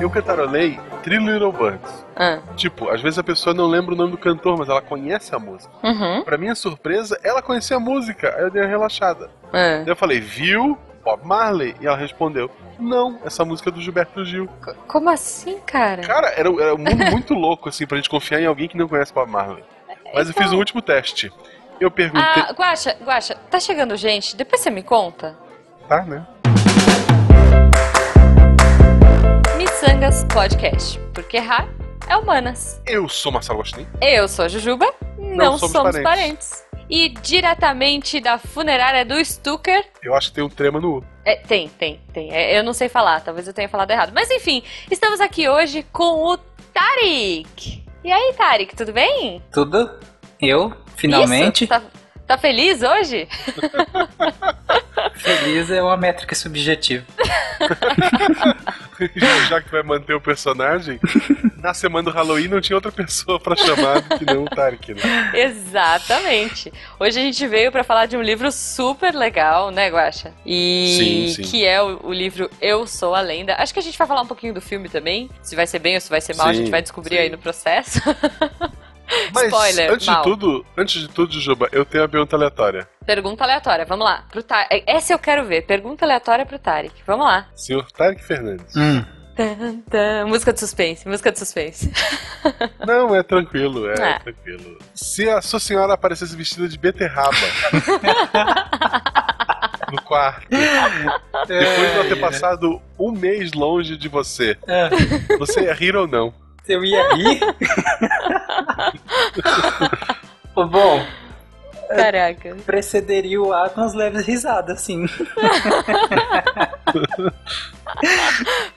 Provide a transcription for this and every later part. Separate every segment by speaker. Speaker 1: Eu cantarolei Three Little Birds.
Speaker 2: Ah.
Speaker 1: Tipo, às vezes a pessoa não lembra o nome do cantor, mas ela conhece a música.
Speaker 2: Uhum.
Speaker 1: Pra minha surpresa, ela conhecia a música. Aí eu dei uma relaxada.
Speaker 2: Ah.
Speaker 1: Daí eu falei, viu? Bob Marley? E ela respondeu, não, essa música é do Gilberto Gil.
Speaker 2: C- Como assim, cara?
Speaker 1: Cara, era, era um mundo muito louco, assim, pra gente confiar em alguém que não conhece Bob Marley. Mas eu fiz o último teste. Eu perguntei.
Speaker 2: Ah, Guaxa, Guaxa, tá chegando gente? Depois você me conta.
Speaker 1: Tá, né?
Speaker 2: Missangas Podcast. Porque errar é humanas.
Speaker 1: Eu sou Marcelo Agostinho.
Speaker 2: Eu sou a Jujuba, não,
Speaker 1: somos
Speaker 2: somos,
Speaker 1: parentes.
Speaker 2: parentes. E diretamente da funerária do Stucker.
Speaker 1: Eu acho que tem um trema no U.
Speaker 2: É, tem, tem, tem. É, eu não sei falar, talvez eu tenha falado errado. Mas enfim, estamos aqui hoje com o Tarik. E aí, Tarik, tudo bem?
Speaker 3: Tudo? Eu? Finalmente?
Speaker 2: Isso? Tá, tá feliz hoje?
Speaker 3: Feliz é uma métrica subjetiva.
Speaker 1: já, já que tu vai manter o personagem, na semana do Halloween não tinha outra pessoa pra chamar que não o Tarek, né?
Speaker 2: Exatamente. Hoje a gente veio pra falar de um livro super legal, né, Guaxa? E
Speaker 1: Sim, sim.
Speaker 2: que é o, o livro Eu Sou a Lenda. Acho que a gente vai falar um pouquinho do filme também. Se vai ser bem ou se vai ser mal, a
Speaker 1: Sim,
Speaker 2: gente vai descobrir
Speaker 1: sim.
Speaker 2: aí no processo.
Speaker 1: Mas
Speaker 2: Spoiler,
Speaker 1: antes de
Speaker 2: mal.
Speaker 1: tudo, antes de tudo, Juba, eu tenho uma pergunta aleatória.
Speaker 2: Pergunta aleatória, vamos lá. Pro Ta- é, Essa eu quero ver. Pergunta aleatória pro Tarek. Vamos lá.
Speaker 1: Senhor Tarek Fernandes.
Speaker 3: Hum,
Speaker 2: Tan, tan. Música de suspense, música de suspense.
Speaker 1: Não, é tranquilo, é,
Speaker 2: Ah.
Speaker 1: tranquilo. Se a sua senhora aparecesse vestida de beterraba no quarto, depois de ela
Speaker 3: É.
Speaker 1: ter passado um mês longe de você,
Speaker 3: Ah,
Speaker 1: você ia rir ou não?
Speaker 3: eu ia rir? Ô, Bom,
Speaker 2: Caraca.
Speaker 3: precederia o ato umas leves risadas, assim.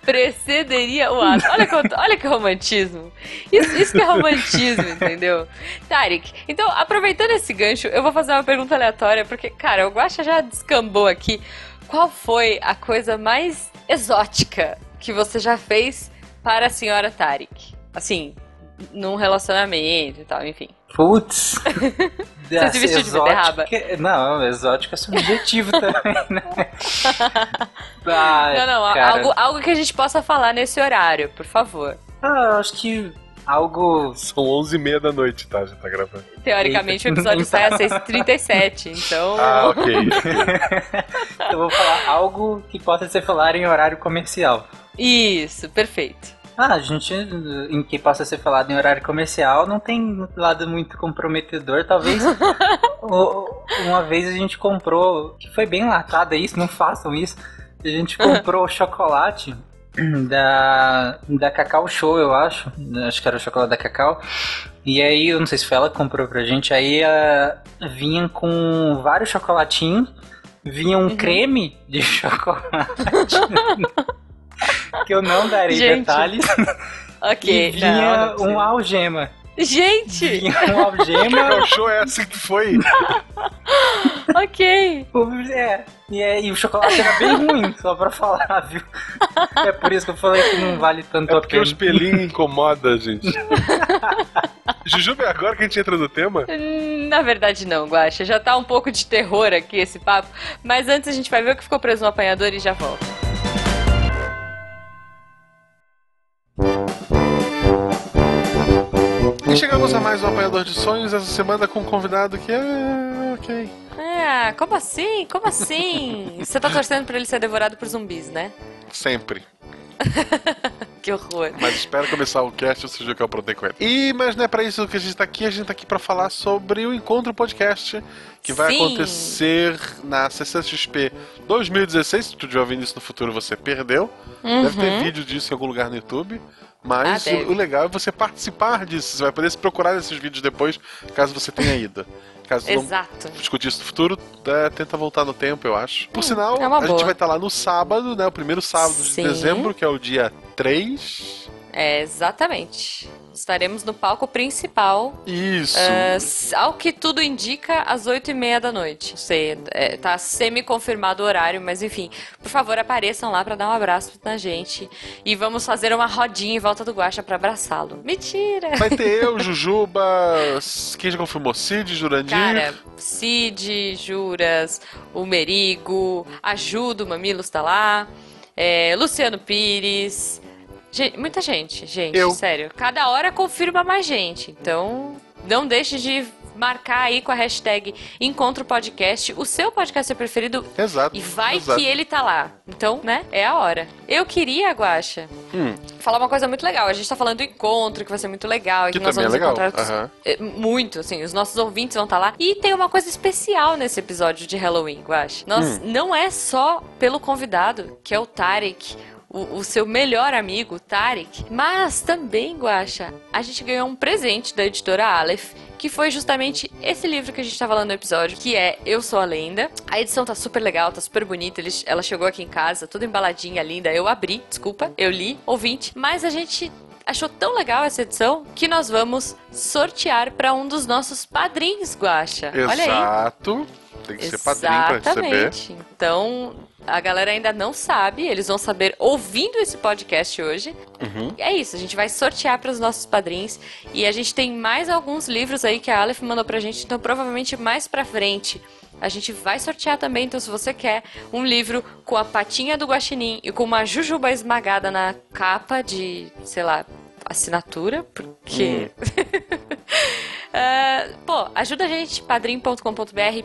Speaker 2: Precederia o ato. Olha, quanto- olha que romantismo. Isso, isso que é romantismo, entendeu? Tarek, então, aproveitando esse gancho, eu vou fazer uma pergunta aleatória, porque, cara, o Guaxa já descambou aqui. Qual foi a coisa mais exótica que você já fez para a senhora Tarek? Assim, num relacionamento e tal, enfim.
Speaker 3: Putz.
Speaker 2: Você se vestiu de beterraba?
Speaker 3: exótica- Não, exótico é subjetivo também, né? Ai,
Speaker 2: Não, não, a-
Speaker 3: cara.
Speaker 2: algo, algo que a gente possa falar nesse horário, por favor.
Speaker 3: Ah, eu acho que algo...
Speaker 1: São 11h30 da noite, tá? Já tá gravando.
Speaker 2: Teoricamente, o episódio
Speaker 3: Eita.
Speaker 2: sai às 6h37, então.
Speaker 1: Ah, ok.
Speaker 3: Eu vou falar algo que possa ser falado em horário comercial.
Speaker 2: Isso, perfeito.
Speaker 3: Ah, a gente, em que possa ser falado em horário comercial, não tem lado muito comprometedor, talvez. O- Uma vez a gente comprou, que foi bem latada isso, não façam isso. A gente comprou chocolate da, da Cacau Show, eu acho. Acho que era o chocolate da Cacau. E aí, eu não sei se foi ela que comprou pra gente. Aí ah, vinha com vários chocolatinhos, vinha um creme de chocolate. que eu não darei
Speaker 2: Gente,
Speaker 3: detalhes.
Speaker 2: Ok.
Speaker 3: E vinha
Speaker 2: não, não
Speaker 3: uma algema.
Speaker 2: precisa. Gente!
Speaker 3: Vinha uma algema.
Speaker 1: Qual show é essa que foi?
Speaker 2: ok.
Speaker 3: o- é, e, é, e o chocolate era bem ruim, só pra falar, viu? É por isso que eu falei que não vale tanto
Speaker 1: É
Speaker 3: a
Speaker 1: porque o
Speaker 3: pena.
Speaker 1: espelhinho incomoda, gente. Jujuba, é agora que a gente entra no tema?
Speaker 2: Hum, Na verdade, não, Guaxa. Já tá um pouco de terror aqui esse papo. Mas antes a gente vai ver o que ficou preso no apanhador e já volta.
Speaker 1: E chegamos a mais um Apanhador de Sonhos essa semana com um convidado que é. Ok.
Speaker 2: Ah, como assim? Como assim? Você tá torcendo pra ele ser devorado por zumbis, né?
Speaker 1: Sempre.
Speaker 2: Que horror.
Speaker 1: Mas espero começar o cast, ou seja, que eu aprontei com ele. E, mas não é pra isso que a gente tá aqui, a gente tá aqui pra falar sobre o Encontro Podcast, que vai
Speaker 2: Sim.
Speaker 1: acontecer na CCXP 2016. Se tu estiver ouvindo isso no futuro, você perdeu. Deve ter
Speaker 2: Uhum.
Speaker 1: vídeo disso em algum lugar no YouTube. Mas
Speaker 2: Ah, deve.
Speaker 1: o, o legal é você participar disso. Você vai poder se procurar nesses vídeos depois, caso você tenha ido. Caso não
Speaker 2: Exato.
Speaker 1: discutir isso no futuro, é, tenta voltar no tempo, eu acho. Por sinal,
Speaker 2: é
Speaker 1: a
Speaker 2: uma boa.
Speaker 1: gente vai estar lá no sábado, né? O primeiro sábado de
Speaker 2: Sim.
Speaker 1: dezembro, que é o dia 3.
Speaker 2: É, exatamente. Estaremos no palco principal.
Speaker 1: Isso.
Speaker 2: eh, s- ao que tudo indica, às oito e meia da noite. Não sei, é, tá semi-confirmado o horário, mas enfim. Por favor, apareçam lá pra dar um abraço na gente. E vamos fazer uma rodinha em volta do Guaxa pra abraçá-lo. Mentira!
Speaker 1: Vai ter eu, Jujuba, quem já confirmou? Cid, Jurandir.
Speaker 2: Cara, Cid, Juras, o Merigo, Ajuda, o Mamilos tá lá, é, Luciano Pires. Ge- muita gente, gente,
Speaker 1: Eu.
Speaker 2: sério. Cada hora confirma mais gente. Então, não deixe de marcar aí com a hashtag Encontro Podcast, o seu podcast preferido.
Speaker 1: Exato.
Speaker 2: E vai
Speaker 1: exato.
Speaker 2: que ele tá lá. Então, né? É a hora. Eu queria, Guaxa,
Speaker 1: Hum,
Speaker 2: falar uma coisa muito legal. A gente tá falando do encontro, que vai ser muito legal. e
Speaker 1: que
Speaker 2: que nós
Speaker 1: também é
Speaker 2: vamos
Speaker 1: legal.
Speaker 2: encontrar outros-
Speaker 1: Aham.
Speaker 2: é, Muito, assim, os nossos ouvintes vão estar lá. E tem uma coisa especial nesse episódio de Halloween, Guache. Nós não é só pelo convidado, que é o Tarek. O, o seu melhor amigo, Tarek. Mas também, Guacha, a gente ganhou um presente da editora Aleph, que foi justamente esse livro que a gente tá falando no episódio, que é Eu Sou a Lenda. A edição tá super legal, tá super bonita. eles- ela chegou aqui em casa, toda embaladinha, linda. Eu abri, desculpa, eu li, ouvinte. Mas a gente achou tão legal essa edição que nós vamos sortear para um dos nossos padrinhos, Guaxa. Olha aí.
Speaker 1: Exato. Tem que ser padrinho pra receber.
Speaker 2: Exatamente. Então, a galera ainda não sabe, eles vão saber ouvindo esse podcast hoje.
Speaker 1: Uhum.
Speaker 2: E é isso, a gente vai sortear para os nossos padrinhos e a gente tem mais alguns livros aí que a Aleph mandou pra gente, então provavelmente mais pra frente a gente vai sortear também, então se você quer um livro com a patinha do guaxinim e com uma jujuba esmagada na capa de, sei lá, assinatura, porque Ah, pô, ajuda a gente, padrim.com.br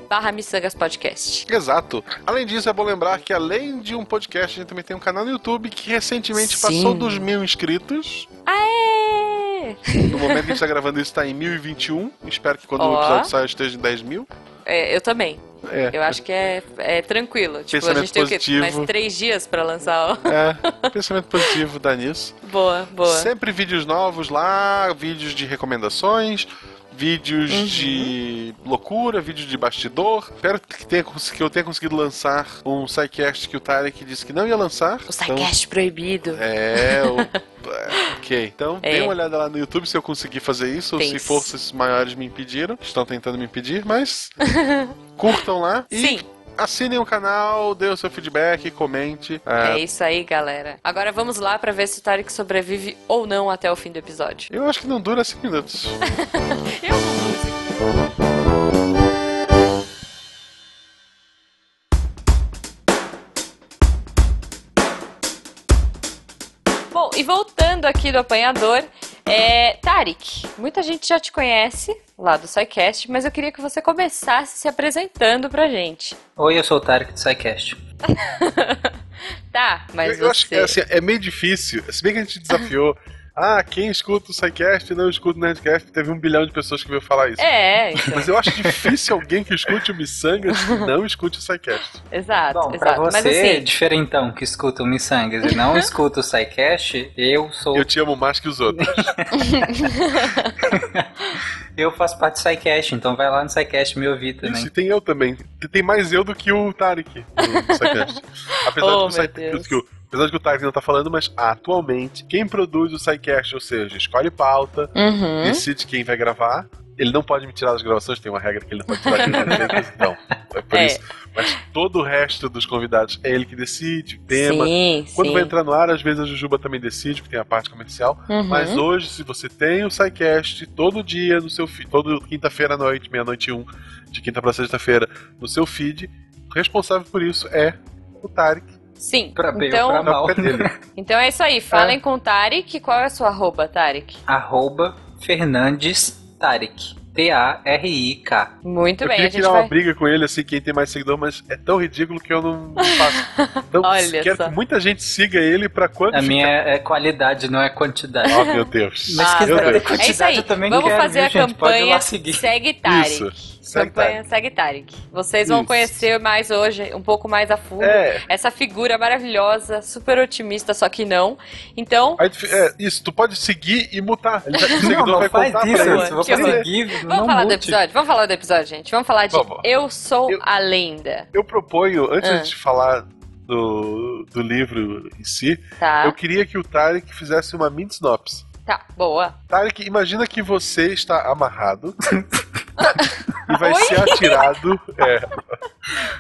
Speaker 2: barra miçangas podcast.
Speaker 1: Exato. Além disso, é bom lembrar que além de um podcast, a gente também tem um canal no YouTube que recentemente
Speaker 2: Sim.
Speaker 1: passou dos mil inscritos.
Speaker 2: Aê!
Speaker 1: No momento que a gente tá gravando isso, tá em 1021. Espero que quando o
Speaker 2: Ó.
Speaker 1: episódio saia esteja em 10 mil.
Speaker 2: É, eu também.
Speaker 1: É.
Speaker 2: Eu acho que é, é tranquilo. Tipo, a
Speaker 1: Pensamento
Speaker 2: gente tem
Speaker 1: positivo.
Speaker 2: o quê? Mais três dias pra lançar. o-
Speaker 1: É, pensamento positivo, dá nisso.
Speaker 2: boa, boa.
Speaker 1: Sempre vídeos novos lá, vídeos de recomendações, vídeos
Speaker 2: Uhum.
Speaker 1: de loucura, vídeos de bastidor. Espero que, tenha cons- que eu tenha conseguido lançar um sidecast que o Tarek disse que não ia lançar.
Speaker 2: O
Speaker 1: Então,
Speaker 2: sidecast proibido.
Speaker 1: É, o... é, ok. Então
Speaker 2: É.
Speaker 1: dê uma olhada lá no YouTube se eu conseguir fazer isso, ou
Speaker 2: Tem
Speaker 1: se
Speaker 2: sim.
Speaker 1: forças maiores me impediram. Estão tentando me impedir, mas curtam lá e
Speaker 2: Sim,
Speaker 1: assinem o canal, dê o seu feedback, comente.
Speaker 2: é.
Speaker 1: É,
Speaker 2: isso aí, galera. Agora vamos lá pra ver se o Tarek sobrevive ou não até o fim do episódio.
Speaker 1: Eu acho que não dura 5 minutos.
Speaker 2: Eu não Bom, e voltando aqui do apanhador, é, Tarek, muita gente já te conhece lá do SciCast, mas eu queria que você começasse se apresentando pra gente.
Speaker 3: Oi, eu sou o Tarek do SciCast.
Speaker 2: Tá,
Speaker 1: eu,
Speaker 2: mas
Speaker 1: eu
Speaker 2: você...
Speaker 1: acho que assim, é meio difícil. Se bem que a gente desafiou. ah, quem escuta o SciCast e não escuta o Nerdcast, teve um bilhão de pessoas que veio falar isso.
Speaker 2: É, então.
Speaker 1: Mas eu acho difícil alguém que escute o Missangas e não escute o SciCast.
Speaker 2: Exato,
Speaker 3: Bom, pra
Speaker 2: exato.
Speaker 3: você,
Speaker 2: Mas
Speaker 1: é
Speaker 2: assim,
Speaker 3: diferentão, que escuta o Missangas e não escuta o SciCast, eu sou.
Speaker 1: Eu
Speaker 3: Eu,
Speaker 1: te amo mais que os outros.
Speaker 3: faço parte do SciCast, então vai lá no SciCast me ouvir também.
Speaker 1: Isso, e tem eu também. Tem- Tem mais eu do que o Tarek no no SciCast. Apesar,
Speaker 2: Oh,
Speaker 1: de que
Speaker 2: meu
Speaker 1: o
Speaker 2: Deus.
Speaker 1: Sci- que o- apesar de que o Tarek não tá falando, mas atualmente, quem produz o SciCast, ou seja, escolhe pauta,
Speaker 2: Uhum.
Speaker 1: decide quem vai gravar. Ele não pode me tirar das gravações, tem uma regra que ele não pode tirar das gravações, então. É por
Speaker 2: É.
Speaker 1: isso. Mas todo o resto dos convidados é ele que decide, o tema.
Speaker 2: Sim,
Speaker 1: Quando
Speaker 2: sim.
Speaker 1: vai entrar no ar, às vezes a Jujuba também decide, porque tem a parte comercial.
Speaker 2: Uhum.
Speaker 1: Mas hoje, se você tem o SciCast todo dia no seu feed, todo quinta-feira à noite, meia-noite e um, de quinta pra sexta-feira, no seu feed, o responsável por isso é o Tarek.
Speaker 2: Sim.
Speaker 3: Pra bem
Speaker 2: então,
Speaker 3: ou pra
Speaker 1: Não,
Speaker 3: mal.
Speaker 1: é dele.
Speaker 2: então é isso aí. Falem com o Tarek. Qual é a sua arroba, Tarek?
Speaker 3: Arroba Fernandes Tarek. T-A-R-I-K.
Speaker 2: Muito
Speaker 1: Eu
Speaker 2: bem, a
Speaker 1: queria
Speaker 2: gente
Speaker 1: tirar
Speaker 2: vai.
Speaker 1: uma briga com ele, assim, quem tem mais seguidor, mas é tão ridículo que eu não faço. Então,
Speaker 2: Olha
Speaker 1: quero
Speaker 2: só.
Speaker 1: que muita gente siga ele pra quando
Speaker 3: A
Speaker 1: ficar-
Speaker 3: minha é qualidade, não é quantidade.
Speaker 1: Oh, meu Deus.
Speaker 3: Mas
Speaker 2: Ah,
Speaker 3: quiser
Speaker 1: meu Deus.
Speaker 2: pronto.
Speaker 3: ter
Speaker 2: É isso
Speaker 3: quantidade,
Speaker 2: aí.
Speaker 3: eu também
Speaker 2: Vamos
Speaker 3: quero,
Speaker 2: fazer
Speaker 3: viu,
Speaker 2: a
Speaker 3: gente? Pode ir
Speaker 2: campanha
Speaker 3: lá seguir.
Speaker 2: Segue É Tarek.
Speaker 1: Isso. Segue
Speaker 2: Campanha
Speaker 1: Tarek.
Speaker 2: Segue Tarek. Vocês vão
Speaker 1: Isso.
Speaker 2: conhecer mais hoje, um pouco mais a fundo,
Speaker 1: É,
Speaker 2: essa figura maravilhosa, super otimista, só que não. Então,
Speaker 1: aí tu fi- é, isso, tu pode seguir e mutar. Ele já, o
Speaker 3: Não,
Speaker 1: seguidor
Speaker 3: não
Speaker 1: vai
Speaker 3: faz
Speaker 1: contar
Speaker 3: isso.
Speaker 1: pra ele. Tipo,
Speaker 2: Boa,
Speaker 3: Se você
Speaker 2: que horror.
Speaker 3: conseguir,
Speaker 2: vamos
Speaker 3: não
Speaker 2: falar do
Speaker 3: mute.
Speaker 2: episódio. Vamos falar do episódio, gente. Vamos falar de
Speaker 1: Vamos.
Speaker 2: Eu Sou
Speaker 1: Eu-
Speaker 2: a Lenda.
Speaker 1: Eu proponho, antes
Speaker 2: Ah.
Speaker 1: de falar do, do livro em si,
Speaker 2: Tá? Ah.
Speaker 1: eu queria que o Tarek fizesse uma mini sinopse.
Speaker 2: Tá, boa.
Speaker 1: Tarek, imagina que você está amarrado e vai ser atirado. É,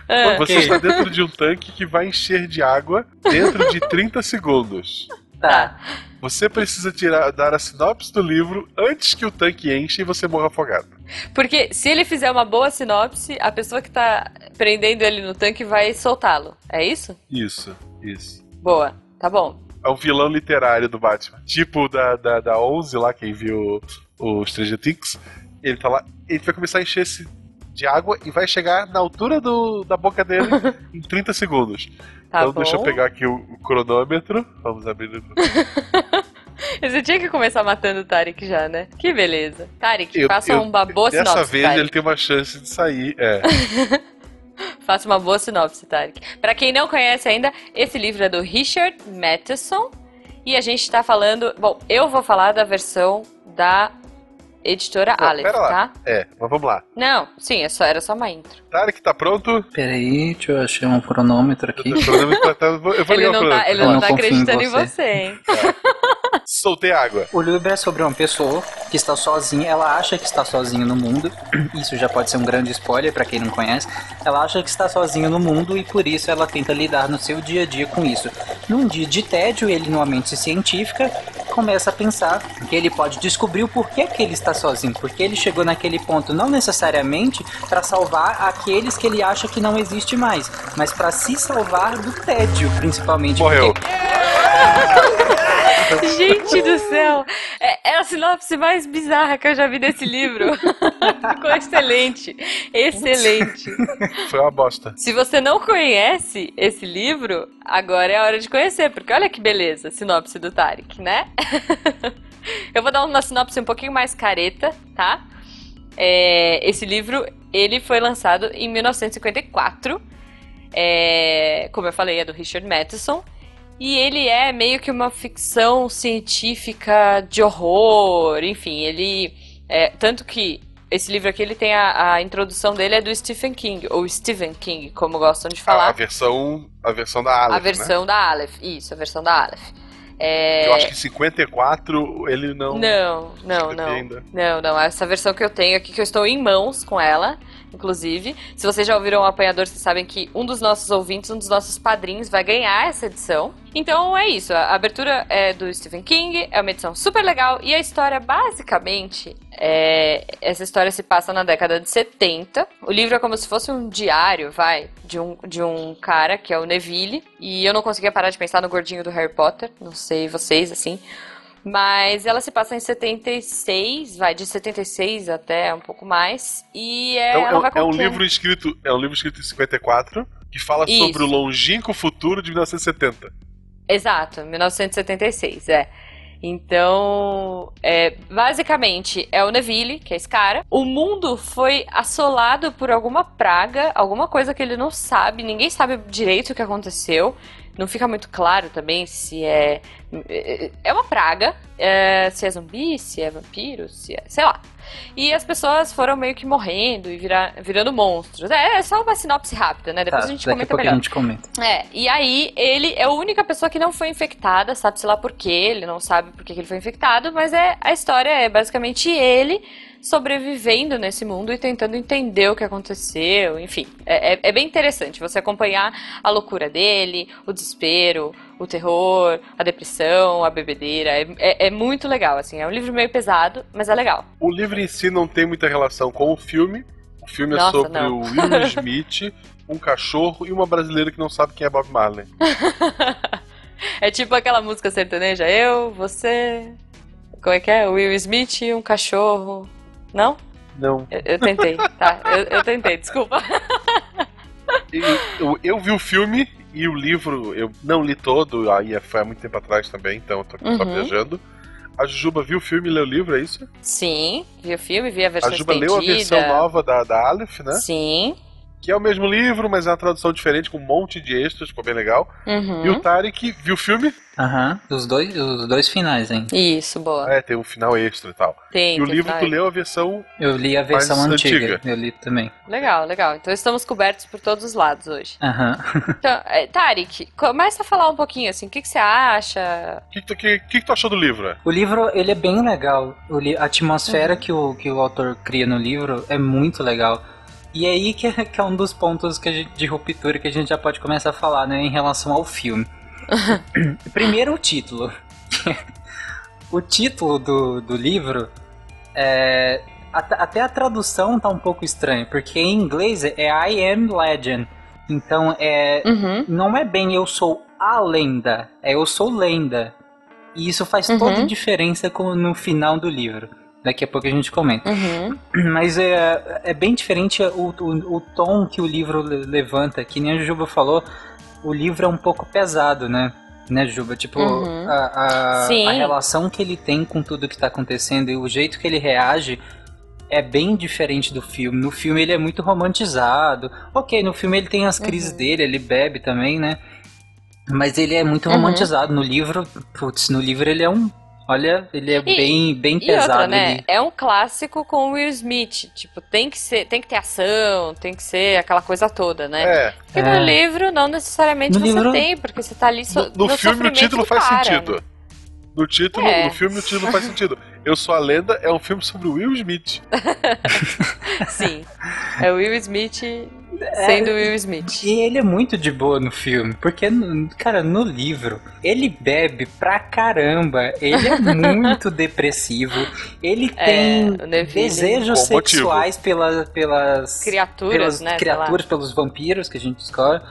Speaker 2: Ah,
Speaker 1: Você está dentro de um tanque que vai encher de água dentro de 30 segundos.
Speaker 3: Tá.
Speaker 1: Você precisa tirar, dar a sinopse do livro antes que o tanque enche e você morra afogado.
Speaker 2: Porque se ele fizer uma boa sinopse, a pessoa que tá prendendo ele no tanque vai soltá-lo. É isso?
Speaker 1: Isso, isso.
Speaker 2: Boa. Tá bom.
Speaker 1: É um vilão literário do Batman. Tipo da, da, da 11 lá, quem viu o Stranger Things. Ele tá lá, ele vai começar a encher esse de água e vai chegar na altura do, da boca dele em 30 segundos.
Speaker 2: Tá
Speaker 1: então
Speaker 2: bom.
Speaker 1: deixa eu pegar aqui o, o cronômetro. Vamos abrir o
Speaker 2: Você tinha que começar matando o Tarek já, né? Que beleza. Tarek,
Speaker 1: Eu-
Speaker 2: faça
Speaker 1: eu-
Speaker 2: uma boa
Speaker 1: Dessa
Speaker 2: sinopse.
Speaker 1: vez
Speaker 2: Tarek.
Speaker 1: ele tem uma chance de sair. É.
Speaker 2: Faça uma boa sinopse, Tarek. Pra quem não conhece ainda, esse livro é do Richard Matheson. E a gente tá falando. Bom, eu vou falar da versão da editora
Speaker 1: Não,
Speaker 2: Aleph,
Speaker 1: pera lá.
Speaker 2: tá?
Speaker 1: É, mas vamos lá.
Speaker 2: Não, sim, é só, era só uma intro.
Speaker 1: Tarek tá pronto?
Speaker 3: Peraí, deixa eu achar um cronômetro aqui.
Speaker 1: Eu tô olhando pra trás, eu vou- eu vou
Speaker 2: Ele
Speaker 1: ligar o
Speaker 2: não,
Speaker 1: cronômetro.
Speaker 2: tá, ele
Speaker 3: Eu
Speaker 2: não
Speaker 3: não
Speaker 2: tá
Speaker 3: confio em
Speaker 2: acreditando em
Speaker 3: você.
Speaker 2: você, hein?
Speaker 1: Soltei água.
Speaker 3: O livro é sobre uma pessoa que está sozinha, ela acha que está sozinha no mundo. Isso já pode ser um grande spoiler pra quem não conhece. Ela acha que está sozinha no mundo e por isso ela tenta lidar no seu dia a dia com isso. Num dia de tédio, ele numa mente científica começa a pensar que ele pode descobrir o porquê que ele está sozinho, porque ele chegou naquele ponto não necessariamente para salvar aqueles que ele acha que não existe mais, mas para se salvar do tédio, principalmente.
Speaker 1: Morreu.
Speaker 3: porque- tá,
Speaker 2: Gente do céu! É, é a sinopse mais bizarra que eu já vi desse livro. Ficou excelente. Excelente.
Speaker 1: Foi uma bosta.
Speaker 2: Se você não conhece esse livro, agora é a hora de conhecer, porque olha que beleza, a sinopse do Tarek, né? Eu vou dar uma sinopse um pouquinho mais careta, tá? É, esse livro, ele foi lançado em 1954. É, como eu falei, é do Richard Matheson. E ele é meio que uma ficção científica de horror, enfim, ele... é, tanto que esse livro aqui, ele tem a, a introdução dele é do Stephen King, ou Stephen King, como gostam de
Speaker 1: A,
Speaker 2: falar.
Speaker 1: a versão, a versão da né? Aleph,
Speaker 2: a versão da Aleph, isso, a versão da Aleph.
Speaker 1: Né?
Speaker 2: É,
Speaker 1: Eu acho que 54 ele não...
Speaker 2: Não, não,
Speaker 1: escreveu
Speaker 2: não.
Speaker 1: Ainda.
Speaker 2: Não, não. Essa versão que eu tenho aqui, que eu estou em mãos com ela, inclusive. Se vocês já ouviram o Apanhador, vocês sabem que um dos nossos ouvintes, um dos nossos padrinhos, vai ganhar essa edição. Então é isso. A abertura é do Stephen King, é uma edição super legal. E a história, basicamente, é... essa história se passa na década de 70. O livro é como se fosse um diário, vai, de um, de um cara que é o Neville. E eu não conseguia parar de pensar no gordinho do Harry Potter. Não sei vocês, assim. Mas ela se passa em 76, vai de 76 até um pouco mais. E é,
Speaker 1: Então,
Speaker 2: ela
Speaker 1: é, um-
Speaker 2: vai
Speaker 1: é um
Speaker 2: contando.
Speaker 1: livro escrito, é um livro escrito em 54 que fala
Speaker 2: Isso.
Speaker 1: sobre o longínquo futuro de 1970.
Speaker 2: Exato, 1976, é. Então, é, basicamente, é o Neville, que é esse cara. O mundo foi assolado por alguma praga, alguma coisa que ele não sabe, ninguém sabe direito o que aconteceu. Não fica muito claro também se é. É uma praga, é, se é zumbi, se é vampiro, se é. sei lá. E as pessoas foram meio que morrendo e vira- virando monstros. É, é só uma sinopse rápida, né? Depois
Speaker 3: Tá,
Speaker 2: a gente
Speaker 3: daqui a
Speaker 2: comenta
Speaker 3: pouco
Speaker 2: melhor.
Speaker 3: a gente comenta.
Speaker 2: É, e aí ele é a única pessoa que não foi infectada, sabe-se lá por quê, ele não sabe por que que ele foi infectado, mas é a história é basicamente ele sobrevivendo nesse mundo e tentando entender o que aconteceu, enfim. É, é- é bem interessante você acompanhar a loucura dele, o desespero, o terror, a depressão, a bebedeira. É, é- é muito legal, assim. É um livro meio pesado, mas é legal.
Speaker 1: O livro em si não tem muita relação com o filme. O filme é
Speaker 2: Nossa,
Speaker 1: sobre o
Speaker 2: não.
Speaker 1: Will Smith, um cachorro e uma brasileira que não sabe quem é Bob Marley.
Speaker 2: É tipo aquela música sertaneja, eu, você. Como é que é? Will Smith e um cachorro. Não?
Speaker 1: Não.
Speaker 2: Eu, eu tentei, tá? Eu, eu tentei, desculpa.
Speaker 1: Eu, eu- eu vi o filme e o livro, eu não li todo, aí é, foi há muito tempo atrás também, então eu tô aqui só
Speaker 2: Uhum.
Speaker 1: viajando. A Jujuba viu o filme e leu o livro, é isso?
Speaker 2: Sim, vi o filme, vi a
Speaker 1: A
Speaker 2: versão
Speaker 1: Juba
Speaker 2: estendida.
Speaker 1: leu a versão nova da, da Aleph, né?
Speaker 2: Sim.
Speaker 1: que é o mesmo livro, mas é uma tradução diferente, com um monte de extras, ficou bem legal.
Speaker 2: Uhum.
Speaker 1: E o Tarek viu o filme,
Speaker 3: Aham. Os, dois, os dois finais, hein?
Speaker 2: Isso, boa.
Speaker 1: é, tem um final extra e tal.
Speaker 2: Tem.
Speaker 1: E o
Speaker 2: tem
Speaker 1: livro tu
Speaker 2: Tarek.
Speaker 1: leu a versão.
Speaker 3: Eu li a versão
Speaker 1: Mas
Speaker 3: antiga.
Speaker 1: antiga.
Speaker 3: Eu li também.
Speaker 2: Legal, legal. Então estamos cobertos por todos os lados hoje.
Speaker 3: Aham.
Speaker 2: Então, é, Tarek, começa a falar um pouquinho assim, o que, que você acha?
Speaker 1: O que, que tu- que- que que tu achou do livro? né?
Speaker 3: O livro, ele é bem legal. O li- a atmosfera que, o, que o autor cria no livro é muito legal. E é aí que é, que é um dos pontos que a gente- de ruptura que a gente já pode começar a falar, né, em relação ao filme. Primeiro o título. o título do, do livro é... at- até a tradução tá um pouco estranha, porque em inglês é I Am Legend. Então é
Speaker 2: Uhum.
Speaker 3: não é bem eu sou a lenda, é eu sou lenda. E isso faz
Speaker 2: Uhum.
Speaker 3: toda a diferença com- no final do livro. Daqui a pouco a gente comenta.
Speaker 2: Uhum.
Speaker 3: Mas é, é bem diferente o, o, o tom que o livro le- levanta. Que nem a Juba falou, o livro é um pouco pesado, né? Né, Juba? Tipo,
Speaker 2: Uhum.
Speaker 3: a, a,
Speaker 2: Sim.
Speaker 3: a relação que ele tem com tudo que tá acontecendo e o jeito que ele reage é bem diferente do filme. No filme ele é muito romantizado. Ok, no filme ele tem as crises
Speaker 2: Uhum.
Speaker 3: dele, ele bebe também, né? Mas ele é muito
Speaker 2: Uhum.
Speaker 3: romantizado. No livro, putz, no livro ele é um. Olha, ele é bem, bem
Speaker 2: E
Speaker 3: pesado.
Speaker 2: outra, né?
Speaker 3: ele-
Speaker 2: É um clássico com o Will Smith. Tipo, tem que ser, tem que ter ação, tem que ser aquela coisa toda, né?
Speaker 1: É.
Speaker 2: Porque
Speaker 3: É.
Speaker 2: no livro não necessariamente
Speaker 3: No
Speaker 2: você
Speaker 3: livro-
Speaker 2: tem, porque você tá ali so,
Speaker 1: No, no filme o
Speaker 2: sofrimento
Speaker 1: título
Speaker 2: do
Speaker 1: faz
Speaker 2: cara,
Speaker 1: sentido.
Speaker 2: né?
Speaker 1: No título,
Speaker 2: É.
Speaker 1: no filme o título faz sentido. Eu Sou a Lenda é um filme sobre o Will Smith.
Speaker 2: Sim. É o Will Smith sendo Will Smith.
Speaker 3: E ele é muito de boa no filme, porque, no- cara, no livro, ele bebe pra caramba, ele é muito depressivo, ele
Speaker 2: É,
Speaker 3: tem
Speaker 2: o Neville.
Speaker 3: desejos
Speaker 1: Bom motivo.
Speaker 3: sexuais pela, pelas
Speaker 2: Criaturas,
Speaker 3: pelas
Speaker 2: né? sei lá.
Speaker 3: criaturas, pelos vampiros que a gente descobre.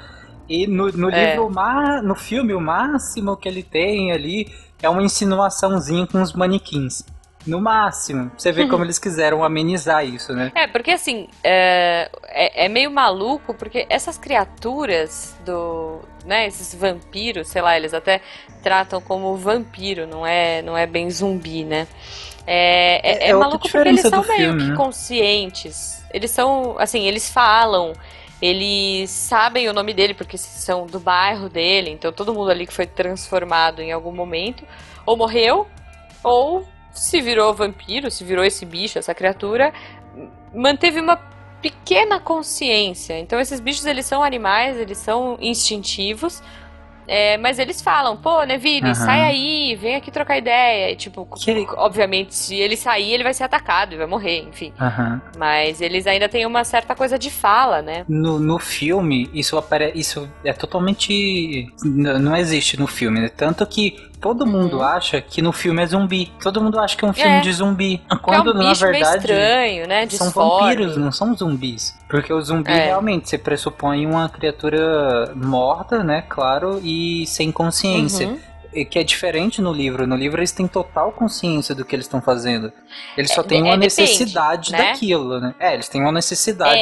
Speaker 3: E no, no
Speaker 2: É.
Speaker 3: livro, o ma- no filme, o máximo que ele tem ali é uma insinuaçãozinha com os manequins. No máximo. Você vê como eles quiseram amenizar isso, né?
Speaker 2: É, porque assim, é, é- é meio maluco, porque essas criaturas do. né, esses vampiros, sei lá, eles até tratam como vampiro, não é, não é bem zumbi, né? É, é-
Speaker 3: É-
Speaker 2: é
Speaker 3: é outra
Speaker 2: maluco porque eles
Speaker 3: diferença
Speaker 2: são
Speaker 3: do
Speaker 2: meio
Speaker 3: filme,
Speaker 2: que
Speaker 3: né?
Speaker 2: conscientes. Eles são, assim, eles falam, eles sabem o nome dele, porque são do bairro dele, então todo mundo ali que foi transformado em algum momento, ou morreu, ou se virou vampiro, se virou esse bicho, essa criatura, manteve uma pequena consciência. Então esses bichos eles são animais, eles são instintivos. é, mas eles falam, pô, Neville,
Speaker 3: Aham.
Speaker 2: sai aí, vem aqui trocar ideia. E, tipo,
Speaker 3: Que-
Speaker 2: obviamente, se ele sair, ele vai ser atacado e vai morrer, enfim.
Speaker 3: Aham.
Speaker 2: Mas eles ainda têm uma certa coisa de fala, né?
Speaker 3: No, no filme, isso apare... isso é totalmente. n- Não existe no filme, né? Tanto que todo mundo acha que no filme é zumbi. Todo mundo acha que é um filme
Speaker 2: Uhum. É.
Speaker 3: de zumbi.
Speaker 2: Que é um
Speaker 3: Quando, na
Speaker 2: bicho meio
Speaker 3: verdade,
Speaker 2: estranho, né?
Speaker 3: são
Speaker 2: Disforme.
Speaker 3: vampiros, não são zumbis. Porque o zumbi
Speaker 2: É.
Speaker 3: realmente se pressupõe uma criatura morta, né? Claro, e sem consciência.
Speaker 2: Uhum.
Speaker 3: E Que é diferente no livro. No livro eles têm total consciência do que eles estão fazendo. Eles só têm
Speaker 2: de-
Speaker 3: uma
Speaker 2: é, depende,
Speaker 3: necessidade
Speaker 2: né?
Speaker 3: daquilo, né? É, eles têm uma necessidade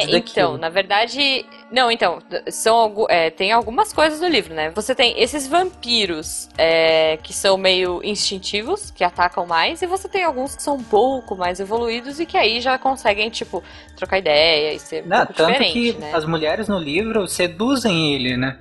Speaker 2: É,
Speaker 3: daquilo.
Speaker 2: então, na verdade, não, então, são algu- é, tem algumas coisas no livro, né? Você tem esses vampiros é, que são meio instintivos, que atacam mais, e você tem alguns que são um pouco mais evoluídos e que aí já conseguem, tipo, trocar ideia e ser um
Speaker 3: Não,
Speaker 2: pouco
Speaker 3: tanto que
Speaker 2: diferente, né?
Speaker 3: as mulheres no livro seduzem ele, né?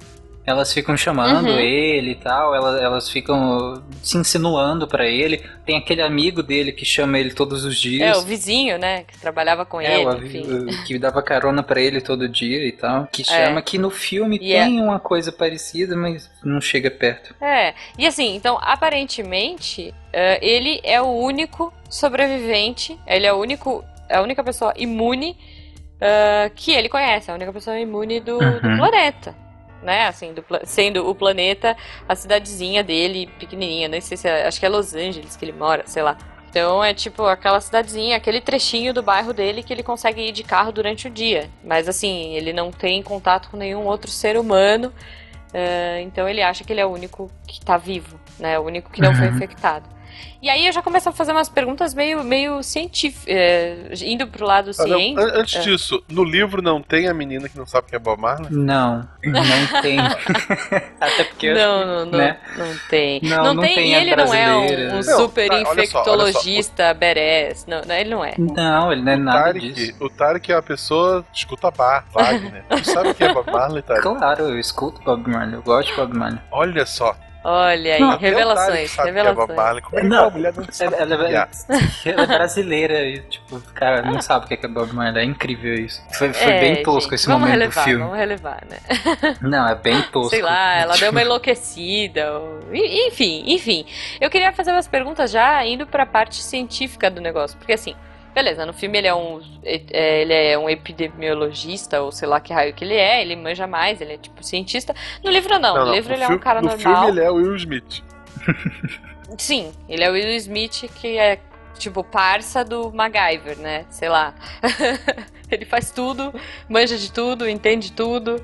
Speaker 3: Elas ficam chamando
Speaker 2: Uhum.
Speaker 3: ele e tal, elas, elas ficam se insinuando pra ele. Tem aquele amigo dele que chama ele todos os
Speaker 2: É, o
Speaker 3: dias.
Speaker 2: vizinho, né, que trabalhava com
Speaker 3: É, o
Speaker 2: ele,
Speaker 3: avi-
Speaker 2: enfim. É.
Speaker 3: o- que dava carona pra ele todo dia e tal. Que chama que no filme
Speaker 2: E é-
Speaker 3: tem uma coisa parecida, mas não chega perto.
Speaker 2: É, e assim, então, aparentemente, eh, ele é o único sobrevivente, ele é o único, é a única pessoa imune eh, que ele conhece, a única pessoa imune do, do
Speaker 3: Uhum.
Speaker 2: planeta, né, assim, do pla- sendo o planeta a cidadezinha dele, pequenininha, não sei se é, acho que é Los Angeles que ele mora, sei lá. Então é tipo aquela cidadezinha, aquele trechinho do bairro dele que ele consegue ir de carro durante o dia. Mas assim, ele não tem contato com nenhum outro ser humano. eh, então ele acha que ele é o único que tá vivo, né? O único que não foi
Speaker 3: Uhum.
Speaker 2: infectado. E aí eu já começo a fazer umas perguntas meio, meio científicas, indo pro lado
Speaker 1: Ah, não,
Speaker 2: ciente.
Speaker 1: an- Antes disso, no livro não tem a menina que não sabe quem é Bob Marley?
Speaker 3: Não, não tem. Até porque
Speaker 1: assim,
Speaker 2: Não, não, não,
Speaker 3: né?
Speaker 2: não tem.
Speaker 3: Não, não
Speaker 2: tem,
Speaker 3: tem
Speaker 2: e
Speaker 3: a
Speaker 2: ele não é
Speaker 3: brasileira.
Speaker 2: um- um,
Speaker 3: Não,
Speaker 2: super
Speaker 1: tá, olha só, olha só.
Speaker 2: infectologista berés. Não, não, ele não é.
Speaker 3: Não, ele não é
Speaker 1: O
Speaker 3: nada disso.
Speaker 1: Tarek, o Tarek é uma pessoa que escuta bar, Wagner. Tu sabe quem é Bob Marley, Tarek?
Speaker 3: Claro, eu escuto Bob Marley, eu gosto de Bob Marley.
Speaker 1: Olha só.
Speaker 2: Olha aí,
Speaker 1: Não, até o Tarek
Speaker 2: revelações,
Speaker 1: sabe quem é Bob
Speaker 2: revelações.
Speaker 1: Marley. Como é que
Speaker 3: Não.
Speaker 1: uma mulher não sabe?
Speaker 3: Ela, ela-
Speaker 1: Yeah.
Speaker 3: ela é brasileira e, tipo, cara, não sabe o que é que é Bob Marley. É incrível isso. Foi, foi
Speaker 2: Ah. É,
Speaker 3: bem tosco
Speaker 2: gente,
Speaker 3: esse
Speaker 2: vamos
Speaker 3: momento
Speaker 2: relevar,
Speaker 3: do filme.
Speaker 2: Vamos relevar, né?
Speaker 3: Não, é bem tosco.
Speaker 2: Sei lá, ela
Speaker 3: Tipo,
Speaker 2: deu uma enlouquecida. ou- e- Enfim, enfim. Eu queria fazer umas perguntas já indo pra parte científica do negócio. Porque assim, beleza, no filme ele é um. é- Ele é um epidemiologista, ou sei lá que raio que ele é, ele manja mais, ele é tipo cientista. No livro não, no livro
Speaker 1: no
Speaker 2: ele é um
Speaker 1: filme-
Speaker 2: cara
Speaker 1: no
Speaker 2: normal.
Speaker 1: filme ele é o Will Smith.
Speaker 2: Sim, ele é o Will Smith que é tipo parça do MacGyver, né? Sei lá. ele faz tudo, manja de tudo, entende tudo.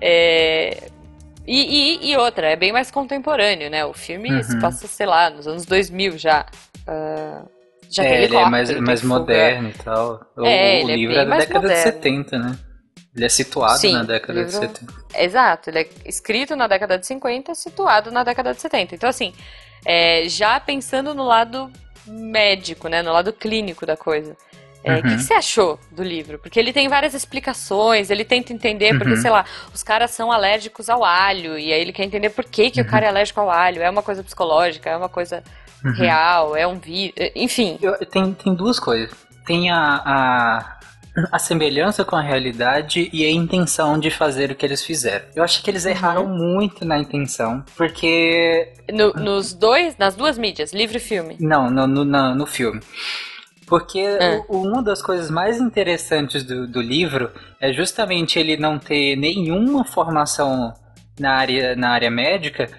Speaker 2: É, E, e- e outra, é bem mais contemporâneo, né? O filme se
Speaker 3: Uhum.
Speaker 2: passa, sei lá, nos anos 2000 já. Ah, já tem
Speaker 3: é, ele é mais,
Speaker 2: helicóptero,
Speaker 3: mais
Speaker 2: tem fuga.
Speaker 3: moderno e tal.
Speaker 2: É,
Speaker 3: O, o
Speaker 2: ele é
Speaker 3: livro
Speaker 2: bem
Speaker 3: é, da
Speaker 2: mais
Speaker 3: década de
Speaker 2: moderno.
Speaker 3: 70, né? Ele é situado
Speaker 2: Sim,
Speaker 3: na década de
Speaker 2: livro-
Speaker 3: 70.
Speaker 2: Exato, ele é escrito na década de 50, situado na década de 70. Então, assim, é, já pensando no lado médico, né, no lado clínico da coisa. é, O que,
Speaker 3: Uhum.
Speaker 2: que você achou do livro? Porque ele tem várias explicações, ele tenta entender, porque,
Speaker 3: Uhum.
Speaker 2: sei lá, os caras são alérgicos ao alho, e aí ele quer entender por que, que o
Speaker 3: Uhum.
Speaker 2: cara é alérgico ao alho. É uma coisa psicológica, é uma coisa
Speaker 3: Uhum.
Speaker 2: real, é um vírus. Enfim.
Speaker 3: Eu- tem, tem duas coisas. Tem a, a, a semelhança com a realidade e a intenção de fazer o que eles fizeram. Eu acho que eles
Speaker 2: Uhum.
Speaker 3: erraram muito na intenção, porque.
Speaker 2: No- nos dois, nas duas mídias, livro e filme.
Speaker 3: Não, no, no, na- no filme. Porque
Speaker 2: É.
Speaker 3: o- uma das coisas mais interessantes do, do livro é justamente ele não ter nenhuma formação na área, na área médica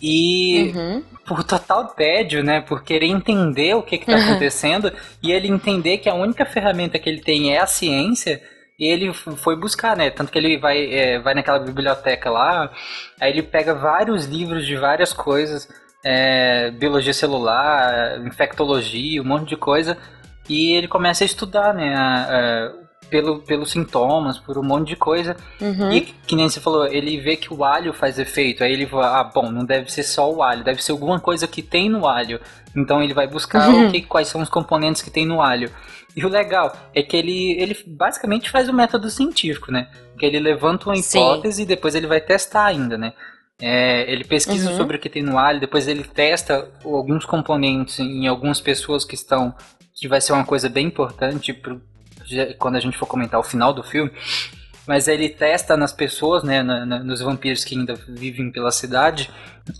Speaker 3: e
Speaker 2: Uhum.
Speaker 3: por total tédio, né? Por querer entender o que, que tá acontecendo e ele entender que a única ferramenta que ele tem é a ciência. E ele f- foi buscar, né? Tanto que ele vai, é, vai naquela biblioteca lá, aí ele pega vários livros de várias coisas, é, biologia celular, infectologia, um monte de coisa, e ele começa a estudar, né? a- a- pelo, pelos sintomas, por um monte de coisa.
Speaker 2: Uhum.
Speaker 3: E que nem você falou, ele vê que o alho faz efeito, aí ele fala, ah, bom, não deve ser só o alho, deve ser alguma coisa que tem no alho. Então ele vai buscar
Speaker 2: Uhum.
Speaker 3: o que, quais são os componentes que tem no alho. E o legal é que ele, ele basicamente faz o método científico, né? Que ele levanta uma
Speaker 2: Sim.
Speaker 3: hipótese e depois ele vai testar ainda, né? É, ele pesquisa
Speaker 2: Uhum.
Speaker 3: sobre o que tem no alho, depois ele testa alguns componentes em algumas pessoas que estão. que vai ser uma coisa bem importante pro, já- quando a gente for comentar o final do filme. Mas ele testa nas pessoas, né? na- na- nos vampiros que ainda vivem pela cidade.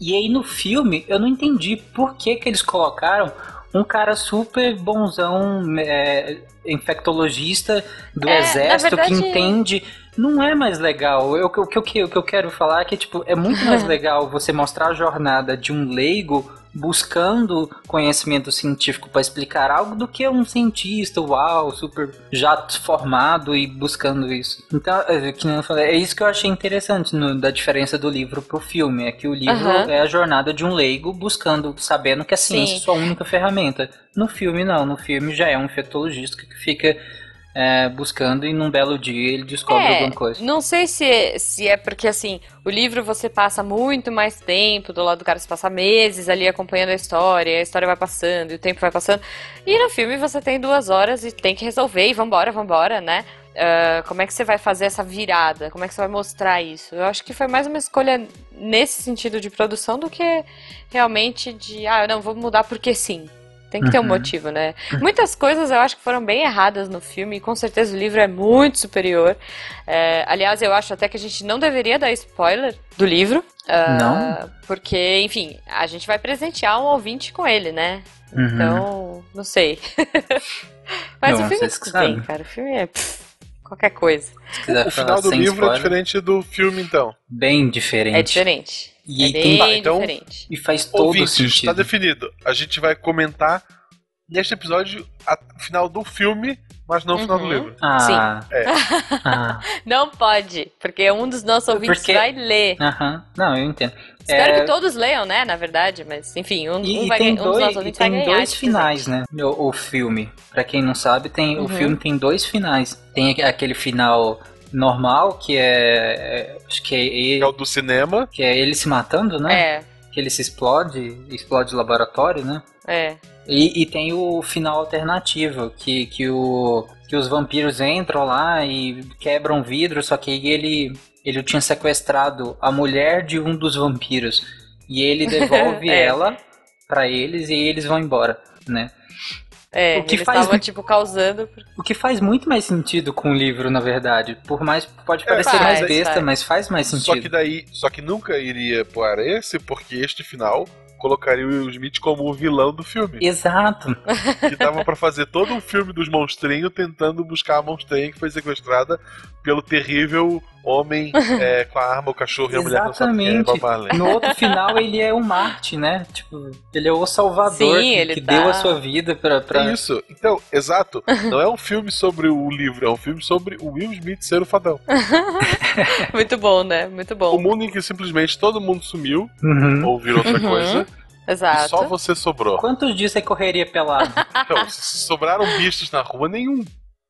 Speaker 3: E aí no filme eu não entendi por que, que eles colocaram um cara super bonzão, é, infectologista do
Speaker 2: É, na
Speaker 3: exército
Speaker 2: verdade-
Speaker 3: que entende. Não é mais legal. Eu, o, que- o que, o que eu quero falar é que tipo, é muito mais legal você mostrar a jornada de um leigo buscando conhecimento científico para explicar algo do que um cientista, uau, super já formado e buscando isso. Então, é, que nem eu falei, é isso que eu achei interessante no- da diferença do livro pro filme, é que o livro
Speaker 2: Aham.
Speaker 3: é a jornada de um leigo buscando, sabendo que a ciência
Speaker 2: Sim.
Speaker 3: é sua única ferramenta. No filme não, no filme já é um infectologista que fica é, buscando e num belo dia ele descobre
Speaker 2: É,
Speaker 3: alguma coisa.
Speaker 2: Não sei se, se é porque, assim, o livro você passa muito mais tempo do lado do cara, você passa meses ali acompanhando a história, e a história vai passando, e o tempo vai passando. E no filme você tem duas horas e tem que resolver, e vambora, vambora, né? Ah, como é que você vai fazer essa virada? Como é que você vai mostrar isso? Eu acho que foi mais uma escolha nesse sentido de produção do que realmente de, ah, não, vou mudar porque sim. Tem que ter um
Speaker 3: Uhum.
Speaker 2: motivo, né? Muitas coisas eu acho que foram bem erradas no filme, e com certeza o livro é muito superior. É, aliás, eu acho até que a gente não deveria dar spoiler do livro. ah,
Speaker 3: Não?
Speaker 2: Porque, enfim, a gente vai presentear um ouvinte com ele, né?
Speaker 3: Uhum.
Speaker 2: Então, não sei. Mas
Speaker 3: Não,
Speaker 2: o filme é
Speaker 3: vocês que
Speaker 2: tudo bem,
Speaker 3: sabem.
Speaker 2: cara. O filme é pff, qualquer coisa.
Speaker 3: Se quiser
Speaker 1: O final
Speaker 3: falar
Speaker 1: do
Speaker 3: sem
Speaker 1: livro é
Speaker 3: spoiler,
Speaker 1: diferente do filme, então.
Speaker 3: bem diferente.
Speaker 2: É diferente.
Speaker 3: E
Speaker 2: é
Speaker 3: tem-
Speaker 2: bem
Speaker 1: Tá, então-
Speaker 2: diferente.
Speaker 3: E faz todo
Speaker 1: tá Ouvintes,
Speaker 3: sentido.
Speaker 1: tá definido. A gente vai comentar neste episódio, a- final do filme, mas não o final do
Speaker 2: Uhum.
Speaker 1: livro.
Speaker 3: Ah,
Speaker 2: Sim.
Speaker 1: É.
Speaker 3: ah,
Speaker 2: Não pode, porque um dos nossos ouvintes
Speaker 3: Porque-
Speaker 2: vai ler.
Speaker 3: aham. Não, eu entendo.
Speaker 2: Espero
Speaker 3: É,
Speaker 2: que todos leiam, né? Na verdade, mas enfim, um,
Speaker 3: E,
Speaker 2: um
Speaker 3: e
Speaker 2: vai
Speaker 3: tem
Speaker 2: ganhar- um dos
Speaker 3: dois,
Speaker 2: nossos
Speaker 3: e
Speaker 2: ouvintes vai
Speaker 3: tem
Speaker 2: ganhar. tipo,
Speaker 3: dois
Speaker 2: esse
Speaker 3: finais, né? O, o filme. Pra quem não sabe, tem,
Speaker 2: Uhum.
Speaker 3: o filme tem dois finais. Tem aque- aquele final normal, que é. é, Acho que é,
Speaker 1: Que é
Speaker 3: ele,
Speaker 1: o do cinema.
Speaker 3: que é ele se matando, né?
Speaker 2: presente.
Speaker 3: Que ele se explode, explode o laboratório, né?
Speaker 2: É, é.
Speaker 3: E, e tem o final alternativo, que, que, o, que os vampiros entram lá e quebram vidro, só que ele, ele tinha sequestrado a mulher de um dos vampiros. E ele devolve
Speaker 2: É.
Speaker 3: ela pra eles e eles vão embora, né?
Speaker 2: É,
Speaker 3: O que
Speaker 2: eles
Speaker 3: faz-
Speaker 2: estavam, tipo, causando.
Speaker 3: O que faz muito mais sentido com o livro, na verdade. Por mais pode parecer
Speaker 2: faz,
Speaker 3: mais besta,
Speaker 2: faz.
Speaker 3: mas faz mais
Speaker 1: É, Só
Speaker 3: sentido.
Speaker 1: que daí. Só que nunca iria para esse, porque este final colocaria o Will Smith como o vilão do filme.
Speaker 3: Exato.
Speaker 1: que dava pra fazer todo um filme dos monstrinhos tentando buscar a monstrinha que foi sequestrada pelo terrível homem é, com a arma, o cachorro e a mulher dançando, que é
Speaker 3: Exatamente.
Speaker 1: Bob Marley.
Speaker 3: No outro final ele é o Marte, né? Tipo, ele é o salvador
Speaker 2: Sim,
Speaker 3: que,
Speaker 2: ele
Speaker 3: que
Speaker 2: tá-
Speaker 3: deu a sua vida pra... pra...
Speaker 1: É isso. Então, exato. Não é um filme sobre o livro, é um filme sobre o Will Smith ser o fadão.
Speaker 2: Muito bom, né? Muito
Speaker 1: O
Speaker 2: bom.
Speaker 1: mundo em que simplesmente todo mundo sumiu
Speaker 3: Uhum.
Speaker 1: ou virou outra
Speaker 2: Uhum.
Speaker 1: coisa e
Speaker 2: Exato.
Speaker 1: só você sobrou.
Speaker 3: Quantos dias você correria pelado?
Speaker 1: Então, se sobraram bichos na rua, nenhum.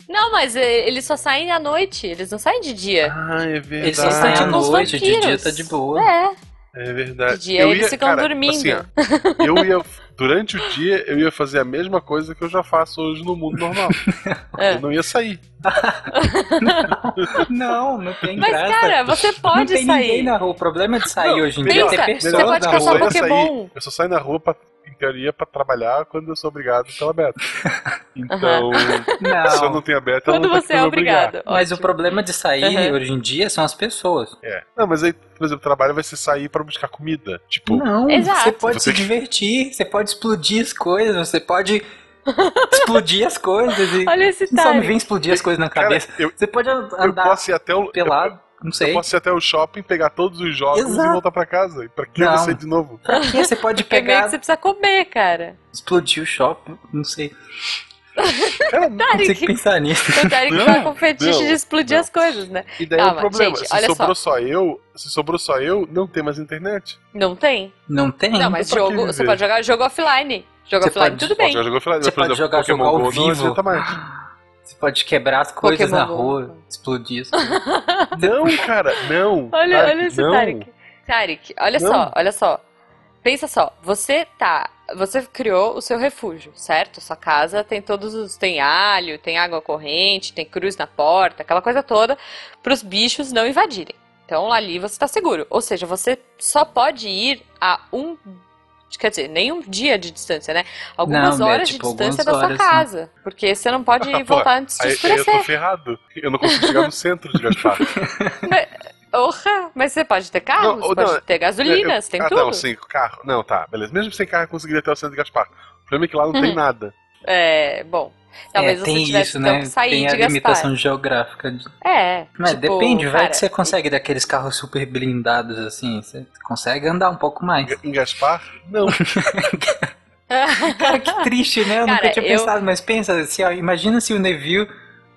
Speaker 2: Não, mas é, eles só saem à noite, eles não saem de dia.
Speaker 1: Ah, é verdade.
Speaker 3: Eles só saem à
Speaker 2: tipo os
Speaker 3: noite, de dia
Speaker 2: vampiros.
Speaker 3: tá de boa.
Speaker 2: É,
Speaker 1: É
Speaker 2: de
Speaker 1: verdade.
Speaker 2: dia
Speaker 1: Eu
Speaker 2: eles
Speaker 1: ia-
Speaker 2: ficam
Speaker 1: cara,
Speaker 2: dormindo.
Speaker 1: assim, ó, Eu ia. Durante o dia, eu ia fazer a mesma coisa que eu já faço hoje no mundo normal.
Speaker 2: É.
Speaker 1: Eu não ia sair.
Speaker 3: Não, não tem
Speaker 2: Mas,
Speaker 3: graça.
Speaker 2: cara, você
Speaker 3: não
Speaker 2: pode
Speaker 3: tem
Speaker 2: sair.
Speaker 3: ninguém na rua. O problema é de sair
Speaker 1: Não,
Speaker 3: hoje em
Speaker 1: tem,
Speaker 3: dia.
Speaker 1: cara.
Speaker 3: Tem
Speaker 2: Você
Speaker 3: pessoas
Speaker 2: pode
Speaker 3: na
Speaker 2: caçar
Speaker 3: rua.
Speaker 1: Eu ia sair.
Speaker 2: Pokémon.
Speaker 1: Eu só saio na rua, pra, em teoria, pra trabalhar quando eu sou obrigado pela beta. Então, se eu
Speaker 3: Não.
Speaker 1: não tenho a beta, eu
Speaker 2: Quando
Speaker 1: não tenho
Speaker 2: você é
Speaker 1: como me obrigar.
Speaker 2: obrigado.
Speaker 3: Mas
Speaker 2: é
Speaker 3: o
Speaker 2: Ótimo.
Speaker 3: problema de sair
Speaker 2: Uhum.
Speaker 3: hoje em dia são as pessoas.
Speaker 1: É. Não, mas aí, por exemplo, o trabalho vai ser sair pra buscar comida. Tipo,
Speaker 3: Não,
Speaker 2: Exato.
Speaker 3: você pode
Speaker 1: Você-
Speaker 3: se divertir, você pode explodir as coisas, você pode explodir as coisas e
Speaker 2: Olha esse
Speaker 3: não só me
Speaker 2: Tarek. É
Speaker 3: vem explodir as coisas na
Speaker 1: cara,
Speaker 3: cabeça.
Speaker 1: eu,
Speaker 3: Você pode
Speaker 1: eu
Speaker 3: andar
Speaker 1: posso ir até o.
Speaker 3: pelado, não
Speaker 1: Eu
Speaker 3: sei.
Speaker 1: posso ir até o shopping, pegar todos os jogos e
Speaker 3: Exato.
Speaker 1: voltar pra casa. E pra que
Speaker 3: Não.
Speaker 1: eu vou sair de novo?
Speaker 3: Pra quê? Você pode
Speaker 2: Porque É meio que
Speaker 3: pegar,
Speaker 2: você precisa comer, cara.
Speaker 3: explodir o shopping, não sei.
Speaker 1: Cara, não.
Speaker 3: Não sei o que
Speaker 2: Tarek,
Speaker 3: pensar nisso.
Speaker 2: o Tarek
Speaker 1: Não,
Speaker 2: tá com fetiche
Speaker 1: não,
Speaker 2: de explodir
Speaker 1: não.
Speaker 2: as coisas, né?
Speaker 1: E daí é
Speaker 2: Calma,
Speaker 1: o problema.
Speaker 2: gente,
Speaker 1: se
Speaker 2: olha
Speaker 1: sobrou só eu, se sobrou só eu, não tem mais internet.
Speaker 2: Não tem.
Speaker 3: Não tem?
Speaker 2: Não, mas
Speaker 1: pra que
Speaker 2: jogo,
Speaker 1: viver?
Speaker 2: você pode jogar jogo offline. Jogo
Speaker 3: Você
Speaker 2: offline,
Speaker 3: pode-
Speaker 2: tudo
Speaker 1: Bom,
Speaker 2: bem.
Speaker 1: já jogou Final
Speaker 3: Você
Speaker 1: por
Speaker 3: pode
Speaker 1: exemplo,
Speaker 3: jogar
Speaker 1: Pokémon
Speaker 3: jogo ao
Speaker 1: Go não
Speaker 3: vivo.
Speaker 1: adianta mais.
Speaker 3: Você pode quebrar as coisas
Speaker 2: Pokémon
Speaker 3: na
Speaker 2: Go.
Speaker 3: rua, explodir as coisas.
Speaker 1: Não, cara, não.
Speaker 2: Olha,
Speaker 1: Tarek,
Speaker 2: olha esse
Speaker 1: não.
Speaker 2: Tarek. Tarek, olha
Speaker 1: Não.
Speaker 2: só, olha só. Pensa só, você tá. Você criou o seu refúgio, certo? Sua casa tem todos os. Tem alho, tem água corrente, tem cruz na porta, aquela coisa toda, pros bichos não invadirem. Então lá ali você tá seguro. Ou seja, você só pode ir a um. Quer dizer, nem um dia de distância, né? Algumas
Speaker 3: Não, né,
Speaker 2: horas
Speaker 3: tipo,
Speaker 2: de distância da
Speaker 3: algumas
Speaker 2: sua
Speaker 3: horas, né?
Speaker 2: casa. Porque você não pode
Speaker 1: Pô,
Speaker 2: voltar antes de
Speaker 1: Aí, aí eu
Speaker 2: escurecer.
Speaker 1: tô ferrado. Eu não consigo chegar no centro de Gaspar.
Speaker 2: Orra, mas você pode ter carro,
Speaker 1: Não,
Speaker 2: você
Speaker 1: ou
Speaker 2: pode
Speaker 1: não,
Speaker 2: ter gasolina,
Speaker 1: Eu-
Speaker 2: você tem
Speaker 1: ah,
Speaker 2: tudo.
Speaker 1: não, sim, carro. Não, tá, beleza. Mesmo sem carro, eu conseguiria até o centro de Gaspar. O problema é que lá não
Speaker 2: Hum.
Speaker 1: tem nada.
Speaker 2: É, bom. Talvez
Speaker 3: é,
Speaker 2: você
Speaker 3: tem
Speaker 2: tivesse
Speaker 3: isso,
Speaker 2: então,
Speaker 3: né?
Speaker 2: que sair
Speaker 3: tem
Speaker 2: de
Speaker 3: a
Speaker 2: Gaspar.
Speaker 3: limitação geográfica. de-
Speaker 2: É.
Speaker 3: Mas
Speaker 2: tipo,
Speaker 3: depende, vai
Speaker 2: cara,
Speaker 3: que você consegue daqueles carros super blindados assim. Você consegue andar um pouco mais.
Speaker 1: Em Gaspar, não.
Speaker 3: Cara, que triste, né? Eu
Speaker 2: Cara,
Speaker 3: nunca tinha
Speaker 2: eu-
Speaker 3: pensado, mas pensa, se, ó, imagina se o Neville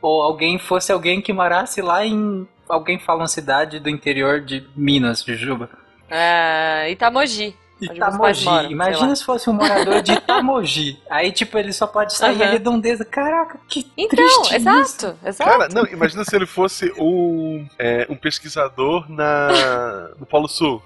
Speaker 3: ou alguém fosse alguém que morasse lá em. Alguém fala uma cidade do interior de Minas, de Juba.
Speaker 2: ah, Itamogi. Onde meus pais
Speaker 3: Itamogi.
Speaker 2: moram, sei lá.
Speaker 3: imagina se fosse um morador de Itamogi. Aí, tipo, ele só pode sair
Speaker 2: Aham.
Speaker 3: à redondeza. Caraca, que
Speaker 2: Então,
Speaker 3: triste. isso.
Speaker 2: exato, exato.
Speaker 1: Cara, não, imagina se ele fosse um, é, um pesquisador na, no Polo Sul.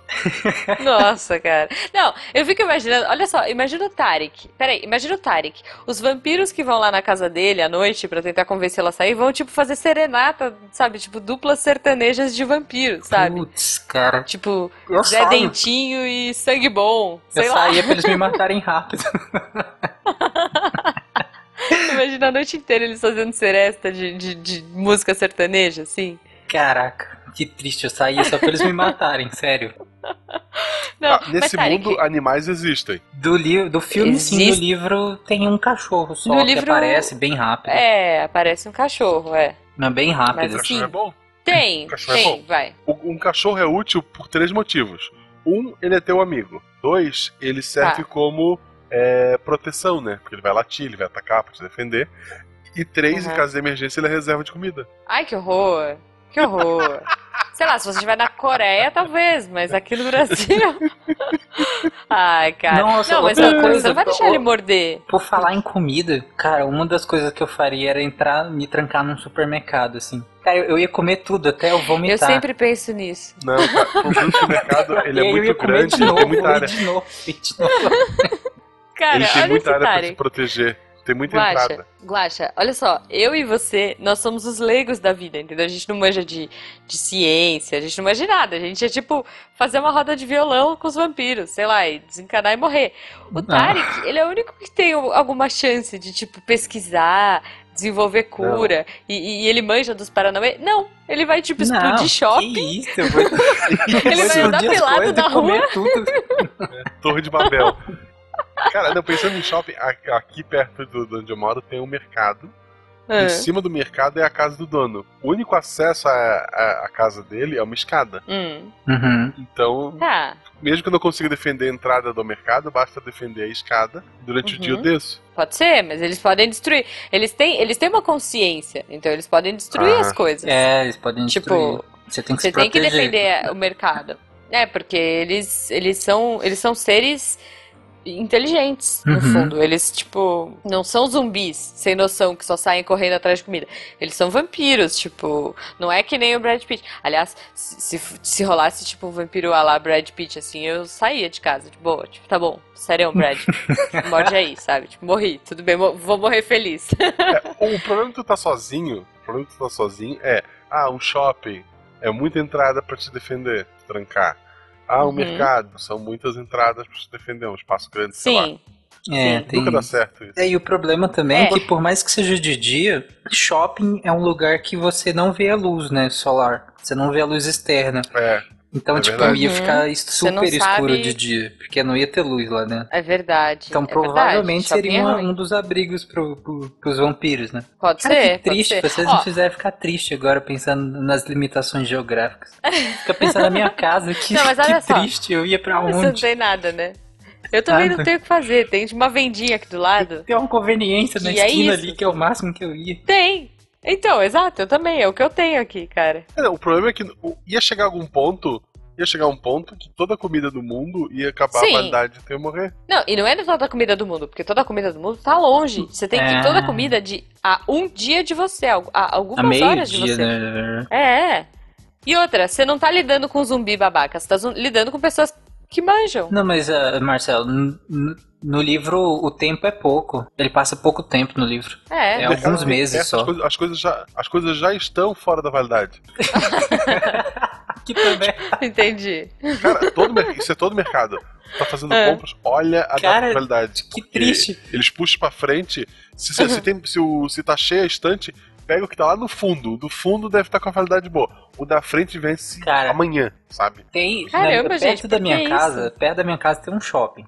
Speaker 2: Nossa, cara. Não, eu fico imaginando. Olha só, imagina o Tarek. Peraí, imagina o Tarek. Os vampiros que vão lá na casa dele à noite pra tentar convencê-lo a sair vão, tipo, fazer serenata, sabe? Tipo, duplas sertanejas de vampiros, sabe?
Speaker 3: Putz, cara.
Speaker 2: Tipo,
Speaker 3: Eu
Speaker 2: Zé
Speaker 3: saio.
Speaker 2: Dentinho e Sangue Bom. Sei
Speaker 3: eu
Speaker 2: lá.
Speaker 3: saía pra eles me matarem rápido.
Speaker 2: Imagina a noite inteira eles fazendo seresta de, de, de música sertaneja, assim.
Speaker 3: Caraca, que triste. Eu saía só pra eles me matarem, sério.
Speaker 2: Não,
Speaker 1: Ah, nesse
Speaker 2: Então, mas, tá, Tarek,
Speaker 1: mundo, animais existem.
Speaker 3: Do, livro, do filme, sim.
Speaker 2: Existe-
Speaker 3: Do livro tem um cachorro só
Speaker 2: No
Speaker 3: que
Speaker 2: livro-
Speaker 3: aparece bem rápido.
Speaker 2: É, aparece um cachorro, é.
Speaker 3: Não, bem rápido.
Speaker 1: O
Speaker 2: Mas-
Speaker 1: cachorro
Speaker 2: Sim.
Speaker 1: é bom?
Speaker 2: Tem,
Speaker 1: Cachorro é
Speaker 2: tem,
Speaker 1: bom.
Speaker 2: vai.
Speaker 1: O- Um cachorro é útil por três motivos. Um, ele é teu amigo. Dois, ele serve como é, proteção, né? Porque ele vai latir, ele vai atacar pra te defender. E três,
Speaker 2: Uhum.
Speaker 1: em caso de emergência, ele é reserva de comida.
Speaker 2: Ai, que horror. Que horror. Sei lá, se você estiver na Coreia, talvez, mas aqui no Brasil. Ai, cara.
Speaker 3: Nossa,
Speaker 2: não, mas
Speaker 3: outra
Speaker 2: outra coisa,
Speaker 3: coisa,
Speaker 2: você não vai deixar
Speaker 3: ô-
Speaker 2: ele morder.
Speaker 3: Por falar em comida, cara, uma das coisas que eu faria era entrar, me trancar num supermercado, assim. Cara, eu, eu ia comer tudo, até eu vomitar.
Speaker 2: Eu sempre penso nisso.
Speaker 1: Não, cara, o supermercado, ele
Speaker 3: E
Speaker 1: é
Speaker 3: aí eu ia
Speaker 1: muito
Speaker 3: comer
Speaker 1: grande,
Speaker 3: de
Speaker 1: ele
Speaker 3: novo,
Speaker 1: tem muita
Speaker 3: eu ia
Speaker 1: área.
Speaker 3: De novo, e de novo.
Speaker 2: Cara,
Speaker 1: ele tem
Speaker 2: olha esse
Speaker 1: muita área pra
Speaker 2: Tarek.
Speaker 1: se proteger. Tem muita
Speaker 2: Guaxa,
Speaker 1: entrada.
Speaker 2: Guaxa, olha só, eu e você, nós somos os leigos da vida, entendeu? A gente não manja de, de ciência, a gente não manja de nada. A gente é tipo fazer uma roda de violão com os vampiros, sei lá, e desencanar e morrer. O
Speaker 3: Ah.
Speaker 2: Tarek, ele é o único que tem o- alguma chance de, tipo, pesquisar, desenvolver cura, e, e ele manja dos Paranauê. Não, ele vai, tipo,
Speaker 3: Não,
Speaker 2: explodir shopping.
Speaker 3: Que isso, eu vou, ele
Speaker 2: vai andar pelado na
Speaker 3: Tudo.
Speaker 1: Torre de Babel. Cara, não, pensando em shopping, a- aqui perto do, de onde eu moro tem um mercado.
Speaker 2: Ah,
Speaker 1: Em cima do mercado é a casa do dono. O único acesso à, à- à casa dele é uma escada.
Speaker 2: Hum,
Speaker 3: Uhum.
Speaker 1: Então,
Speaker 2: tá,
Speaker 1: mesmo que eu não consiga defender a entrada do mercado, basta defender a escada. Durante o dia eu
Speaker 2: Uhum.
Speaker 1: desço.
Speaker 2: pode ser, mas eles podem destruir. Eles têm, eles têm uma consciência, então eles podem destruir
Speaker 1: Ah.
Speaker 2: as coisas.
Speaker 3: É, eles podem destruir.
Speaker 2: Tipo,
Speaker 3: você tem que
Speaker 2: você
Speaker 3: se
Speaker 2: tem que
Speaker 3: proteger.
Speaker 2: defender o mercado. É, porque eles, eles, são, eles são seres inteligentes, no
Speaker 3: Uhum.
Speaker 2: fundo. Eles, tipo, não são zumbis sem noção que só saem correndo atrás de comida. Eles são vampiros, tipo. Não é que nem o Brad Pitt. Aliás, se, se, se rolasse, tipo, um vampiro a lá Brad Pitt, assim, eu saía de casa, de boa. Tipo, tá bom, sério, Brad. Morde aí, sabe? Tipo, morri, tudo bem, mo- vou morrer feliz.
Speaker 1: O problema que tu tá sozinho, o problema que tu tá sozinho é, ah, um shopping é muita entrada pra te defender, te trancar. Ah, um
Speaker 2: Uhum.
Speaker 1: mercado, são muitas entradas pra te defender, um espaço grande, sei lá.
Speaker 2: Sim.
Speaker 3: É,
Speaker 2: Sim.
Speaker 3: tem
Speaker 1: Nunca dá
Speaker 3: isso.
Speaker 1: certo isso.
Speaker 3: É, e o problema também é.
Speaker 2: É.
Speaker 3: que, por mais que seja de dia, shopping é um lugar que você não vê a luz, né? Solar. Você não vê a luz externa.
Speaker 1: É,
Speaker 3: Então,
Speaker 1: É
Speaker 3: tipo,
Speaker 1: verdade.
Speaker 3: ia
Speaker 2: Uhum.
Speaker 3: ficar es-
Speaker 2: não
Speaker 3: super escuro
Speaker 2: sabe-
Speaker 3: de dia, porque não ia ter luz lá, né?
Speaker 2: É verdade.
Speaker 3: Então,
Speaker 2: é verdade.
Speaker 3: provavelmente
Speaker 2: Shopping é
Speaker 3: seria uma-
Speaker 2: ruim.
Speaker 3: um dos abrigos pro, pro, pros vampiros, né?
Speaker 2: Pode
Speaker 3: Cara,
Speaker 2: ser,
Speaker 3: que triste,
Speaker 2: pode ser.
Speaker 3: vocês
Speaker 2: Ó,
Speaker 3: me fizeram ficar triste agora pensando nas limitações geográficas. Fica pensando na minha casa, que,
Speaker 2: Não, mas olha
Speaker 3: que
Speaker 2: só.
Speaker 3: triste, eu ia pra
Speaker 2: mas você não
Speaker 3: onde?
Speaker 2: tem nada, né? Eu também
Speaker 3: Ah.
Speaker 2: não tenho o que fazer. Tem uma vendinha aqui do lado.
Speaker 3: Tem uma conveniência na
Speaker 2: Que é
Speaker 3: esquina
Speaker 2: isso?
Speaker 3: ali, que é o máximo que eu ia.
Speaker 2: Tem. Então, exato, eu também. É o que eu tenho aqui, cara.
Speaker 1: É, não, o problema é que o- ia chegar algum ponto, ia chegar um ponto que toda a comida do mundo ia acabar
Speaker 2: Sim.
Speaker 1: a validade de eu morrer.
Speaker 2: Não, e não é toda a comida do mundo, porque toda a comida do mundo tá longe. Você tem que
Speaker 3: É.
Speaker 2: toda a comida de a um dia de você, a, a
Speaker 3: A
Speaker 2: algumas horas de
Speaker 3: meio-dia,
Speaker 2: você.
Speaker 3: né?
Speaker 2: É, é. E outra, você não tá lidando com zumbi babaca, você tá zu- lidando com pessoas que manjam.
Speaker 3: Não, mas, ah, Marcelo, n- n- no livro o tempo é pouco. Ele passa pouco tempo no livro.
Speaker 2: É.
Speaker 3: É alguns meses
Speaker 1: Essas
Speaker 3: só.
Speaker 1: coisas- as, coisas já, as coisas já estão fora da validade.
Speaker 3: Que também.
Speaker 2: Entendi.
Speaker 1: Cara, todo mer- isso é todo mercado. Tá fazendo
Speaker 2: É.
Speaker 1: compras, olha a
Speaker 3: Cara,
Speaker 1: data de validade.
Speaker 3: Que triste.
Speaker 1: Eles puxam pra frente. Se, se, se tem- se o, se tá cheia a estante, pega o que tá lá no fundo. Do fundo deve estar com a validade boa. O da frente vence
Speaker 3: Cara.
Speaker 1: amanhã, sabe?
Speaker 3: Tem,
Speaker 2: Caramba,
Speaker 3: na- perto
Speaker 2: gente,
Speaker 3: da
Speaker 2: por
Speaker 3: minha
Speaker 2: que
Speaker 3: casa, perto da minha casa tem um shopping.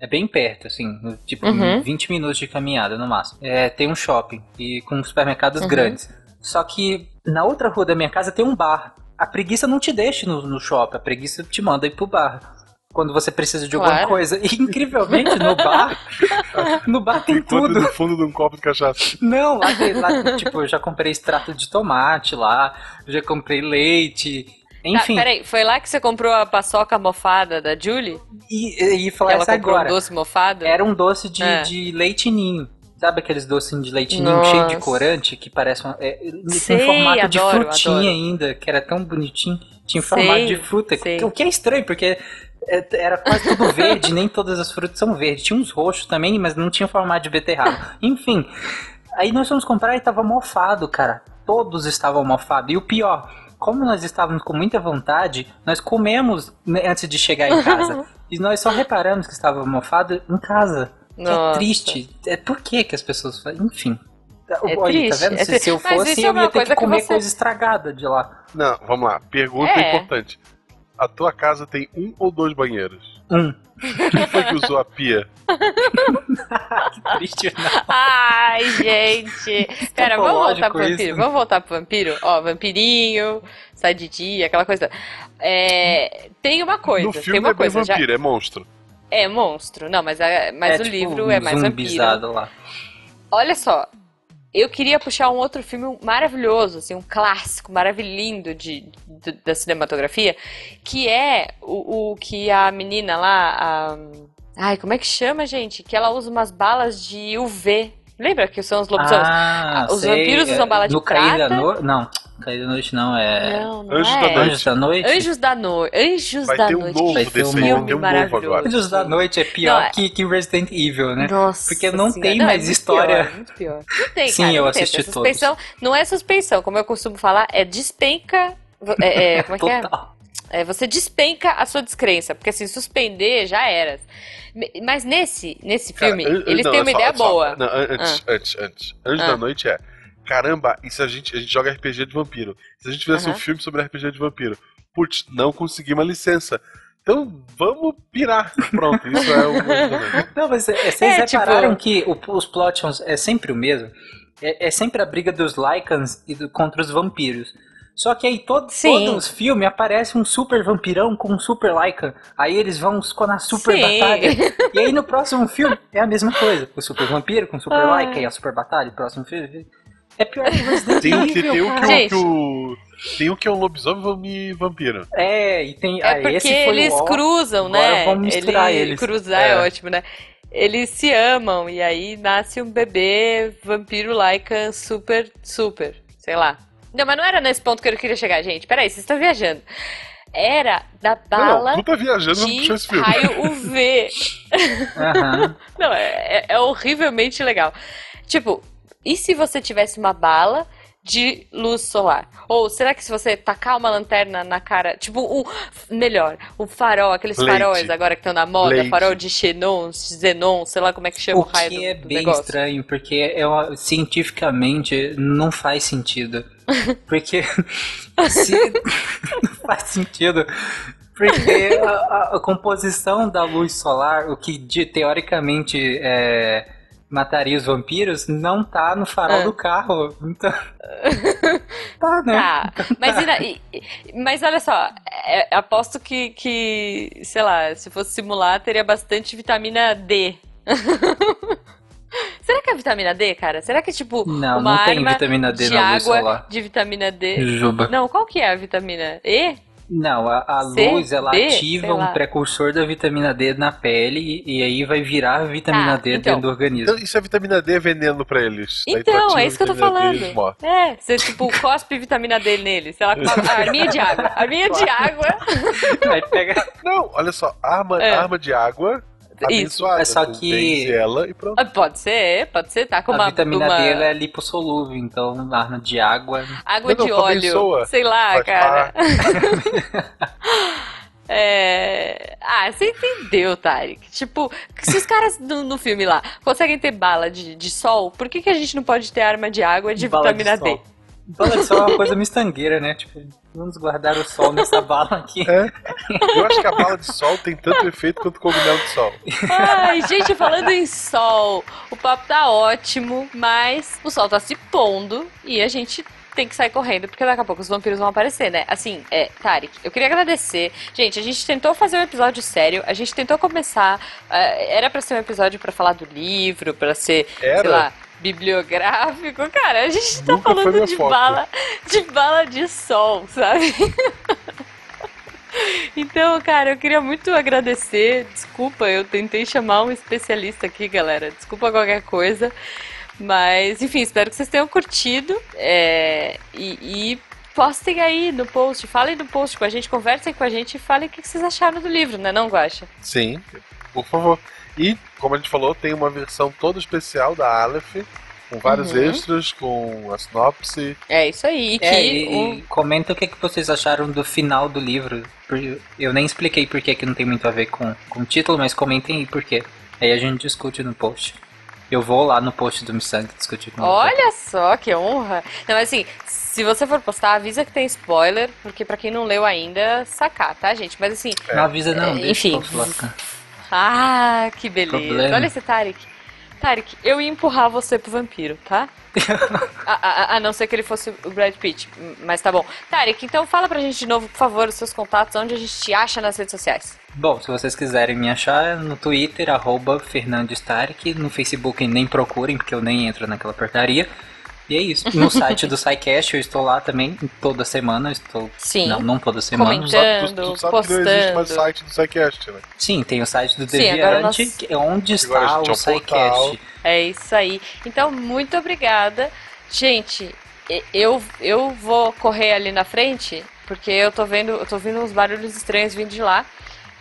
Speaker 3: É bem perto, assim, no- tipo
Speaker 2: Uhum.
Speaker 3: 20 minutos de caminhada no máximo. É, tem um shopping e com supermercados
Speaker 2: Uhum.
Speaker 3: grandes. Só que na outra rua da minha casa tem um bar. A preguiça não te deixa no, no shopping, a preguiça te manda ir pro bar. Quando você precisa de alguma
Speaker 2: Claro.
Speaker 3: coisa. E incrivelmente no bar, no bar tem
Speaker 1: Enquanto
Speaker 3: tudo. né?
Speaker 1: no fundo de um copo de cachaça.
Speaker 3: Não, lá, tem- lá tem, tipo, eu já comprei extrato de tomate lá, já comprei leite. Enfim,
Speaker 2: Tá, peraí, foi lá que você comprou a paçoca mofada da Julie?
Speaker 3: e, e falar
Speaker 2: Ela
Speaker 3: isso
Speaker 2: comprou um
Speaker 3: agora.
Speaker 2: doce mofado?
Speaker 3: Era um doce de,
Speaker 2: É.
Speaker 3: de leite ninho. Sabe aqueles docinhos de leite ninho
Speaker 2: Nossa.
Speaker 3: cheio de corante que parece uma, é, ele
Speaker 2: Sei,
Speaker 3: tem um formato de
Speaker 2: adoro,
Speaker 3: frutinha
Speaker 2: adoro.
Speaker 3: ainda, que era tão bonitinho. Tinha um
Speaker 2: Sei,
Speaker 3: formato de fruta,
Speaker 2: sei.
Speaker 3: que- o que é estranho, porque é, era quase tudo verde, nem todas as frutas são verdes. Tinha uns roxos também, mas não tinha formato de beterraba. Enfim, aí nós fomos comprar e tava mofado, cara. Todos estavam mofados. E o pior, como nós estávamos com muita vontade, nós comemos né, antes de chegar em casa. e nós só reparamos que estava mofado em casa. Que é
Speaker 2: Nossa.
Speaker 3: triste. É por que que as pessoas fazem? Enfim.
Speaker 2: É
Speaker 3: Olha,
Speaker 2: triste,
Speaker 3: tá vendo?
Speaker 2: é
Speaker 3: se, se eu
Speaker 2: triste. Mas
Speaker 3: fosse,
Speaker 2: isso é
Speaker 3: eu
Speaker 2: uma
Speaker 3: ia ter
Speaker 2: coisa
Speaker 3: que
Speaker 2: que
Speaker 3: comer
Speaker 2: você-
Speaker 3: coisa estragada de lá.
Speaker 1: Não, vamos lá. Pergunta
Speaker 2: É.
Speaker 1: importante. A tua casa tem um ou dois banheiros?
Speaker 3: Hum,
Speaker 1: Quem foi que usou a pia?
Speaker 3: triste. né? Não.
Speaker 2: Ai, gente.
Speaker 1: é
Speaker 2: Pera, vamos voltar pro
Speaker 3: Escatológico
Speaker 2: vampiro.
Speaker 1: né?
Speaker 3: isso.
Speaker 2: Vamos voltar pro vampiro. Ó, vampirinho, sai de dia, aquela coisa. É, tem uma coisa,
Speaker 1: no
Speaker 2: tem
Speaker 1: filme
Speaker 2: uma
Speaker 1: é bem
Speaker 2: coisa. já-
Speaker 1: vampiro, é monstro.
Speaker 2: É monstro. Não, mas, a- mas o
Speaker 3: tipo
Speaker 2: livro
Speaker 3: um
Speaker 2: é mais vampiro.
Speaker 3: zumbizado lá.
Speaker 2: Olha só, eu queria puxar um outro filme maravilhoso, assim, um clássico, maravilhindo de, de- da cinematografia, que é o, o que a menina lá, a- ai, como é que chama, gente? Que ela usa umas balas de UV. Lembra que são os lobisomens?
Speaker 3: Ah,
Speaker 2: Os
Speaker 3: sei,
Speaker 2: vampiros
Speaker 3: é,
Speaker 2: usam bala de
Speaker 3: no Caída
Speaker 2: prata.
Speaker 3: da Noite. Não, Caída da Noite não, é.
Speaker 2: não, não
Speaker 1: Anjos
Speaker 2: é.
Speaker 1: da Noite.
Speaker 3: Anjos da Noite?
Speaker 2: Anjos da Noite. Anjos
Speaker 1: Vai
Speaker 2: da
Speaker 1: ter um
Speaker 2: Noite.
Speaker 1: novo
Speaker 3: Vai ter
Speaker 1: desse
Speaker 3: um
Speaker 1: aí, vai
Speaker 2: filme
Speaker 1: ter um novo agora.
Speaker 2: maravilhoso.
Speaker 3: Anjos da Noite é
Speaker 2: Não,
Speaker 3: pior
Speaker 2: é-
Speaker 3: que, que Resident Evil, né?
Speaker 2: Nossa.
Speaker 3: Porque não
Speaker 2: Senhora.
Speaker 3: tem
Speaker 2: é
Speaker 3: mais
Speaker 2: muito
Speaker 3: história.
Speaker 2: pior, é muito pior. Não tem,
Speaker 3: Sim,
Speaker 2: cara,
Speaker 3: eu
Speaker 2: não tem.
Speaker 3: assisti
Speaker 2: Essa
Speaker 3: todos.
Speaker 2: suspensão não é suspensão, como eu costumo falar, é despenca. É, é, como é que é?
Speaker 3: Total.
Speaker 2: É, Você despenca a sua descrença, porque assim, suspender já era. Me- Mas nesse, nesse
Speaker 1: Cara,
Speaker 2: filme,
Speaker 1: an- an-
Speaker 2: eles
Speaker 1: não,
Speaker 2: têm uma
Speaker 1: só-
Speaker 2: ideia
Speaker 1: só-
Speaker 2: boa.
Speaker 1: não, an- antes, antes, antes. Antes
Speaker 2: Ah.
Speaker 1: da noite é. Caramba, e se a gente, a gente joga RPG de vampiro? Se a gente fizesse um
Speaker 2: Aham.
Speaker 1: filme sobre RPG de vampiro? Putz, não consegui uma licença. Então vamos pirar. Pronto, isso é o.
Speaker 3: Não, mas é, vocês
Speaker 2: É, tipo-
Speaker 3: repararam que o- os plot holes é sempre o mesmo? É, é sempre a briga dos Lycans e do- contra os vampiros. Só que aí todo,
Speaker 2: Sim.
Speaker 3: todos os filmes aparece um super vampirão com um super Lycan. Aí eles vão na super
Speaker 2: Sim.
Speaker 3: batalha. E aí no próximo filme é a mesma coisa. O super vampiro com o super
Speaker 2: Ai.
Speaker 3: Lycan e a super batalha. O próximo filme é pior que o Resident
Speaker 1: Tem o que, tem o que, o,
Speaker 2: Gente.
Speaker 1: que o- Tem o que é um lobisomem vam- e vampiro.
Speaker 3: É, e tem.
Speaker 2: É
Speaker 3: ah,
Speaker 2: porque
Speaker 3: esse foi
Speaker 2: eles
Speaker 3: o ó.
Speaker 2: cruzam,
Speaker 3: Agora
Speaker 2: né?
Speaker 3: vamos misturar eles.
Speaker 2: Cruzar
Speaker 3: É.
Speaker 2: é. ótimo, né? Eles se amam e aí nasce um bebê vampiro laica super, super, sei lá. Não, mas não era nesse ponto que eu queria chegar, gente. Peraí, vocês estão viajando. Era da
Speaker 1: Não,
Speaker 2: bala
Speaker 1: não, tu tá viajando, não
Speaker 2: de
Speaker 1: puxou esse filme.
Speaker 2: raio UV.
Speaker 3: Aham.
Speaker 2: Não, é, é- é horrivelmente legal. Tipo, e se você tivesse uma bala de luz solar? Ou será que se você tacar uma lanterna na cara, tipo, um, melhor, um farol, aqueles
Speaker 1: Blade.
Speaker 2: faróis agora que estão na moda,
Speaker 1: Blade.
Speaker 2: farol de xenon, xenon, sei lá como é que chama o,
Speaker 3: O
Speaker 2: raio do,
Speaker 3: que é
Speaker 2: do
Speaker 3: bem
Speaker 2: negócio.
Speaker 3: estranho, porque é uma- cientificamente não faz sentido. Porque. se- não faz sentido. Porque a, a- a composição da luz solar, o que de- teoricamente é, mataria os vampiros, não tá no farol
Speaker 2: Ah.
Speaker 3: do carro. Então. tá, né?
Speaker 2: Tá, mas, e na- e- e- mas olha só, é- aposto que, que, sei lá, se fosse simular, teria bastante vitamina D. Será que é vitamina D, cara? Será que é tipo
Speaker 3: Não,
Speaker 2: uma
Speaker 3: não tem
Speaker 2: arma
Speaker 3: vitamina D
Speaker 2: de
Speaker 3: na luz
Speaker 2: água
Speaker 3: solar.
Speaker 2: de vitamina D?
Speaker 3: Juba.
Speaker 2: Não, qual que é a vitamina E?
Speaker 3: Não, a, a
Speaker 2: C,
Speaker 3: luz ela
Speaker 2: B, sei
Speaker 3: ativa
Speaker 2: lá.
Speaker 3: um precursor da vitamina D na pele e, e aí vai virar a vitamina
Speaker 2: Ah,
Speaker 3: D
Speaker 2: então.
Speaker 3: dentro do organismo.
Speaker 1: Então, isso é vitamina D veneno pra eles. Daí tu
Speaker 2: Então,
Speaker 1: atira
Speaker 2: é isso que eu tô
Speaker 1: vitamina D e
Speaker 2: falando.
Speaker 1: eles morrem.
Speaker 2: É, você tipo cospe vitamina D nele, sei lá, com a arminha de água. A arminha de água.
Speaker 3: Aí pega.
Speaker 1: Não, olha só, arma,
Speaker 2: É.
Speaker 1: arma de água
Speaker 2: Isso.
Speaker 1: abençoada.
Speaker 3: É só
Speaker 1: Tu
Speaker 3: que-
Speaker 1: vence ela e pronto.
Speaker 2: Ah, Pode ser, pode ser, tá com uma
Speaker 3: a vitamina
Speaker 2: uma-
Speaker 3: D ela é lipossolúvel, então arma de água.
Speaker 2: Água
Speaker 1: Não,
Speaker 2: de
Speaker 1: não, só
Speaker 2: óleo.
Speaker 1: abençoa.
Speaker 2: Sei lá,
Speaker 1: Faz
Speaker 2: Ah, cara. É... Ah, você entendeu, Tarek. Tipo, se os caras no, no filme lá conseguem ter bala de, de sol, por que, que a gente não pode ter arma de água de
Speaker 3: bala
Speaker 2: vitamina
Speaker 3: de
Speaker 2: D?
Speaker 3: sol. Bala de sol é uma coisa mistangueira, né? Tipo, vamos guardar o sol nessa bala aqui.
Speaker 1: Eu acho que a bala de sol tem tanto efeito quanto o combinado de sol.
Speaker 2: Ai, gente, falando em sol, o papo tá ótimo, mas o sol tá se pondo e a gente tem que sair correndo, porque daqui a pouco os vampiros vão aparecer, né? Assim, é, Tarek, eu queria agradecer. Gente, a gente tentou fazer um episódio sério, a gente tentou começar. eh, era pra ser um episódio pra falar do livro, pra ser, sei
Speaker 1: Era.
Speaker 2: lá, bibliográfico. Cara, a gente tá
Speaker 1: Nunca foi
Speaker 2: falando
Speaker 1: meu
Speaker 2: de
Speaker 1: foco.
Speaker 2: bala, de bala de sol, sabe? Então, cara, eu queria muito agradecer. Desculpa, eu tentei chamar um especialista aqui, galera. Desculpa qualquer coisa. Mas, enfim, espero que vocês tenham curtido. é, e, e postem aí no post, falem no post com a gente, conversem com a gente e falem o que que vocês acharam do livro, né, não, Guaxa?
Speaker 1: Sim, por favor. E, como a gente falou, tem uma versão toda especial da Aleph, com vários
Speaker 2: Uhum.
Speaker 1: extras, com a sinopse.
Speaker 2: É isso aí. E que
Speaker 3: É, e,
Speaker 2: o-
Speaker 3: e comenta o que, que vocês acharam do final do livro. Por- Eu nem expliquei por que que não tem muito a ver com, com o título, mas comentem aí por quê. Aí a gente discute no post. Eu vou lá no post do Missangue discutir com vocês.
Speaker 2: Olha só que honra! Não, mas assim, se você for postar, avisa que tem spoiler, porque pra quem não leu ainda, sacar, tá, gente? Mas assim,
Speaker 1: É.
Speaker 3: Não avisa não,
Speaker 2: É,
Speaker 3: deixa
Speaker 2: enfim.
Speaker 3: o povo lá.
Speaker 2: ah, que beleza!
Speaker 3: Problema.
Speaker 2: Olha esse Tarek. Tarek, eu ia empurrar você pro vampiro, tá? a, a- a não ser que ele fosse o Brad Pitt, m- mas tá bom. Tarek, então fala pra gente de novo, por favor, os seus contatos, onde a gente te acha nas redes sociais.
Speaker 3: Bom, se vocês quiserem me achar, é no Twitter, arroba Fernandes Tarek, no Facebook nem procurem, porque eu nem entro naquela porcaria. E é isso. No site do SciCast eu estou lá também, toda semana, eu estou...
Speaker 2: Sim.
Speaker 3: Não, não toda semana.
Speaker 1: é?
Speaker 2: Comente.
Speaker 1: Sabe, tu, tu
Speaker 2: Postando,
Speaker 1: sabe que não existe mais
Speaker 2: postando. Então.
Speaker 1: site do SciCast, né?
Speaker 3: Sim, tem o site do
Speaker 2: Sim, agora nós-
Speaker 3: Deviante, que é onde
Speaker 1: Agora a
Speaker 3: está
Speaker 1: gente
Speaker 3: o
Speaker 1: é um portal.
Speaker 3: SciCast.
Speaker 2: É isso aí. Então, muito obrigada. Gente, e- eu, eu vou correr ali na frente, porque eu tô vendo, eu tô ouvindo uns barulhos estranhos vindo de lá.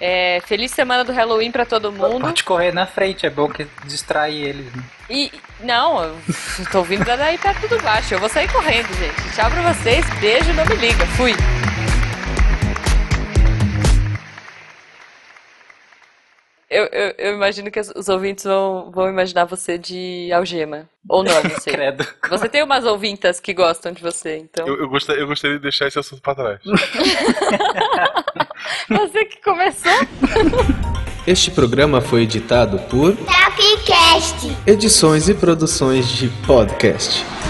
Speaker 2: É, feliz semana do Halloween pra todo mundo.
Speaker 3: Pode correr na frente, é bom que distrai eles. né?
Speaker 2: E não, eu tô ouvindo daí perto do baixo. Eu vou sair correndo, gente. Tchau pra vocês. Beijo, não me liga. Fui. Eu, eu, eu imagino que os ouvintes vão, vão imaginar você de algema. Ou não, não sei.
Speaker 3: Credo.
Speaker 2: Você tem umas ouvintas que gostam de você, então.
Speaker 1: Eu, eu, gosta- eu gostaria de deixar esse assunto pra trás.
Speaker 2: Você que começou.
Speaker 4: Este programa foi editado por
Speaker 5: Tapcast.
Speaker 4: Edições e Produções de Podcast.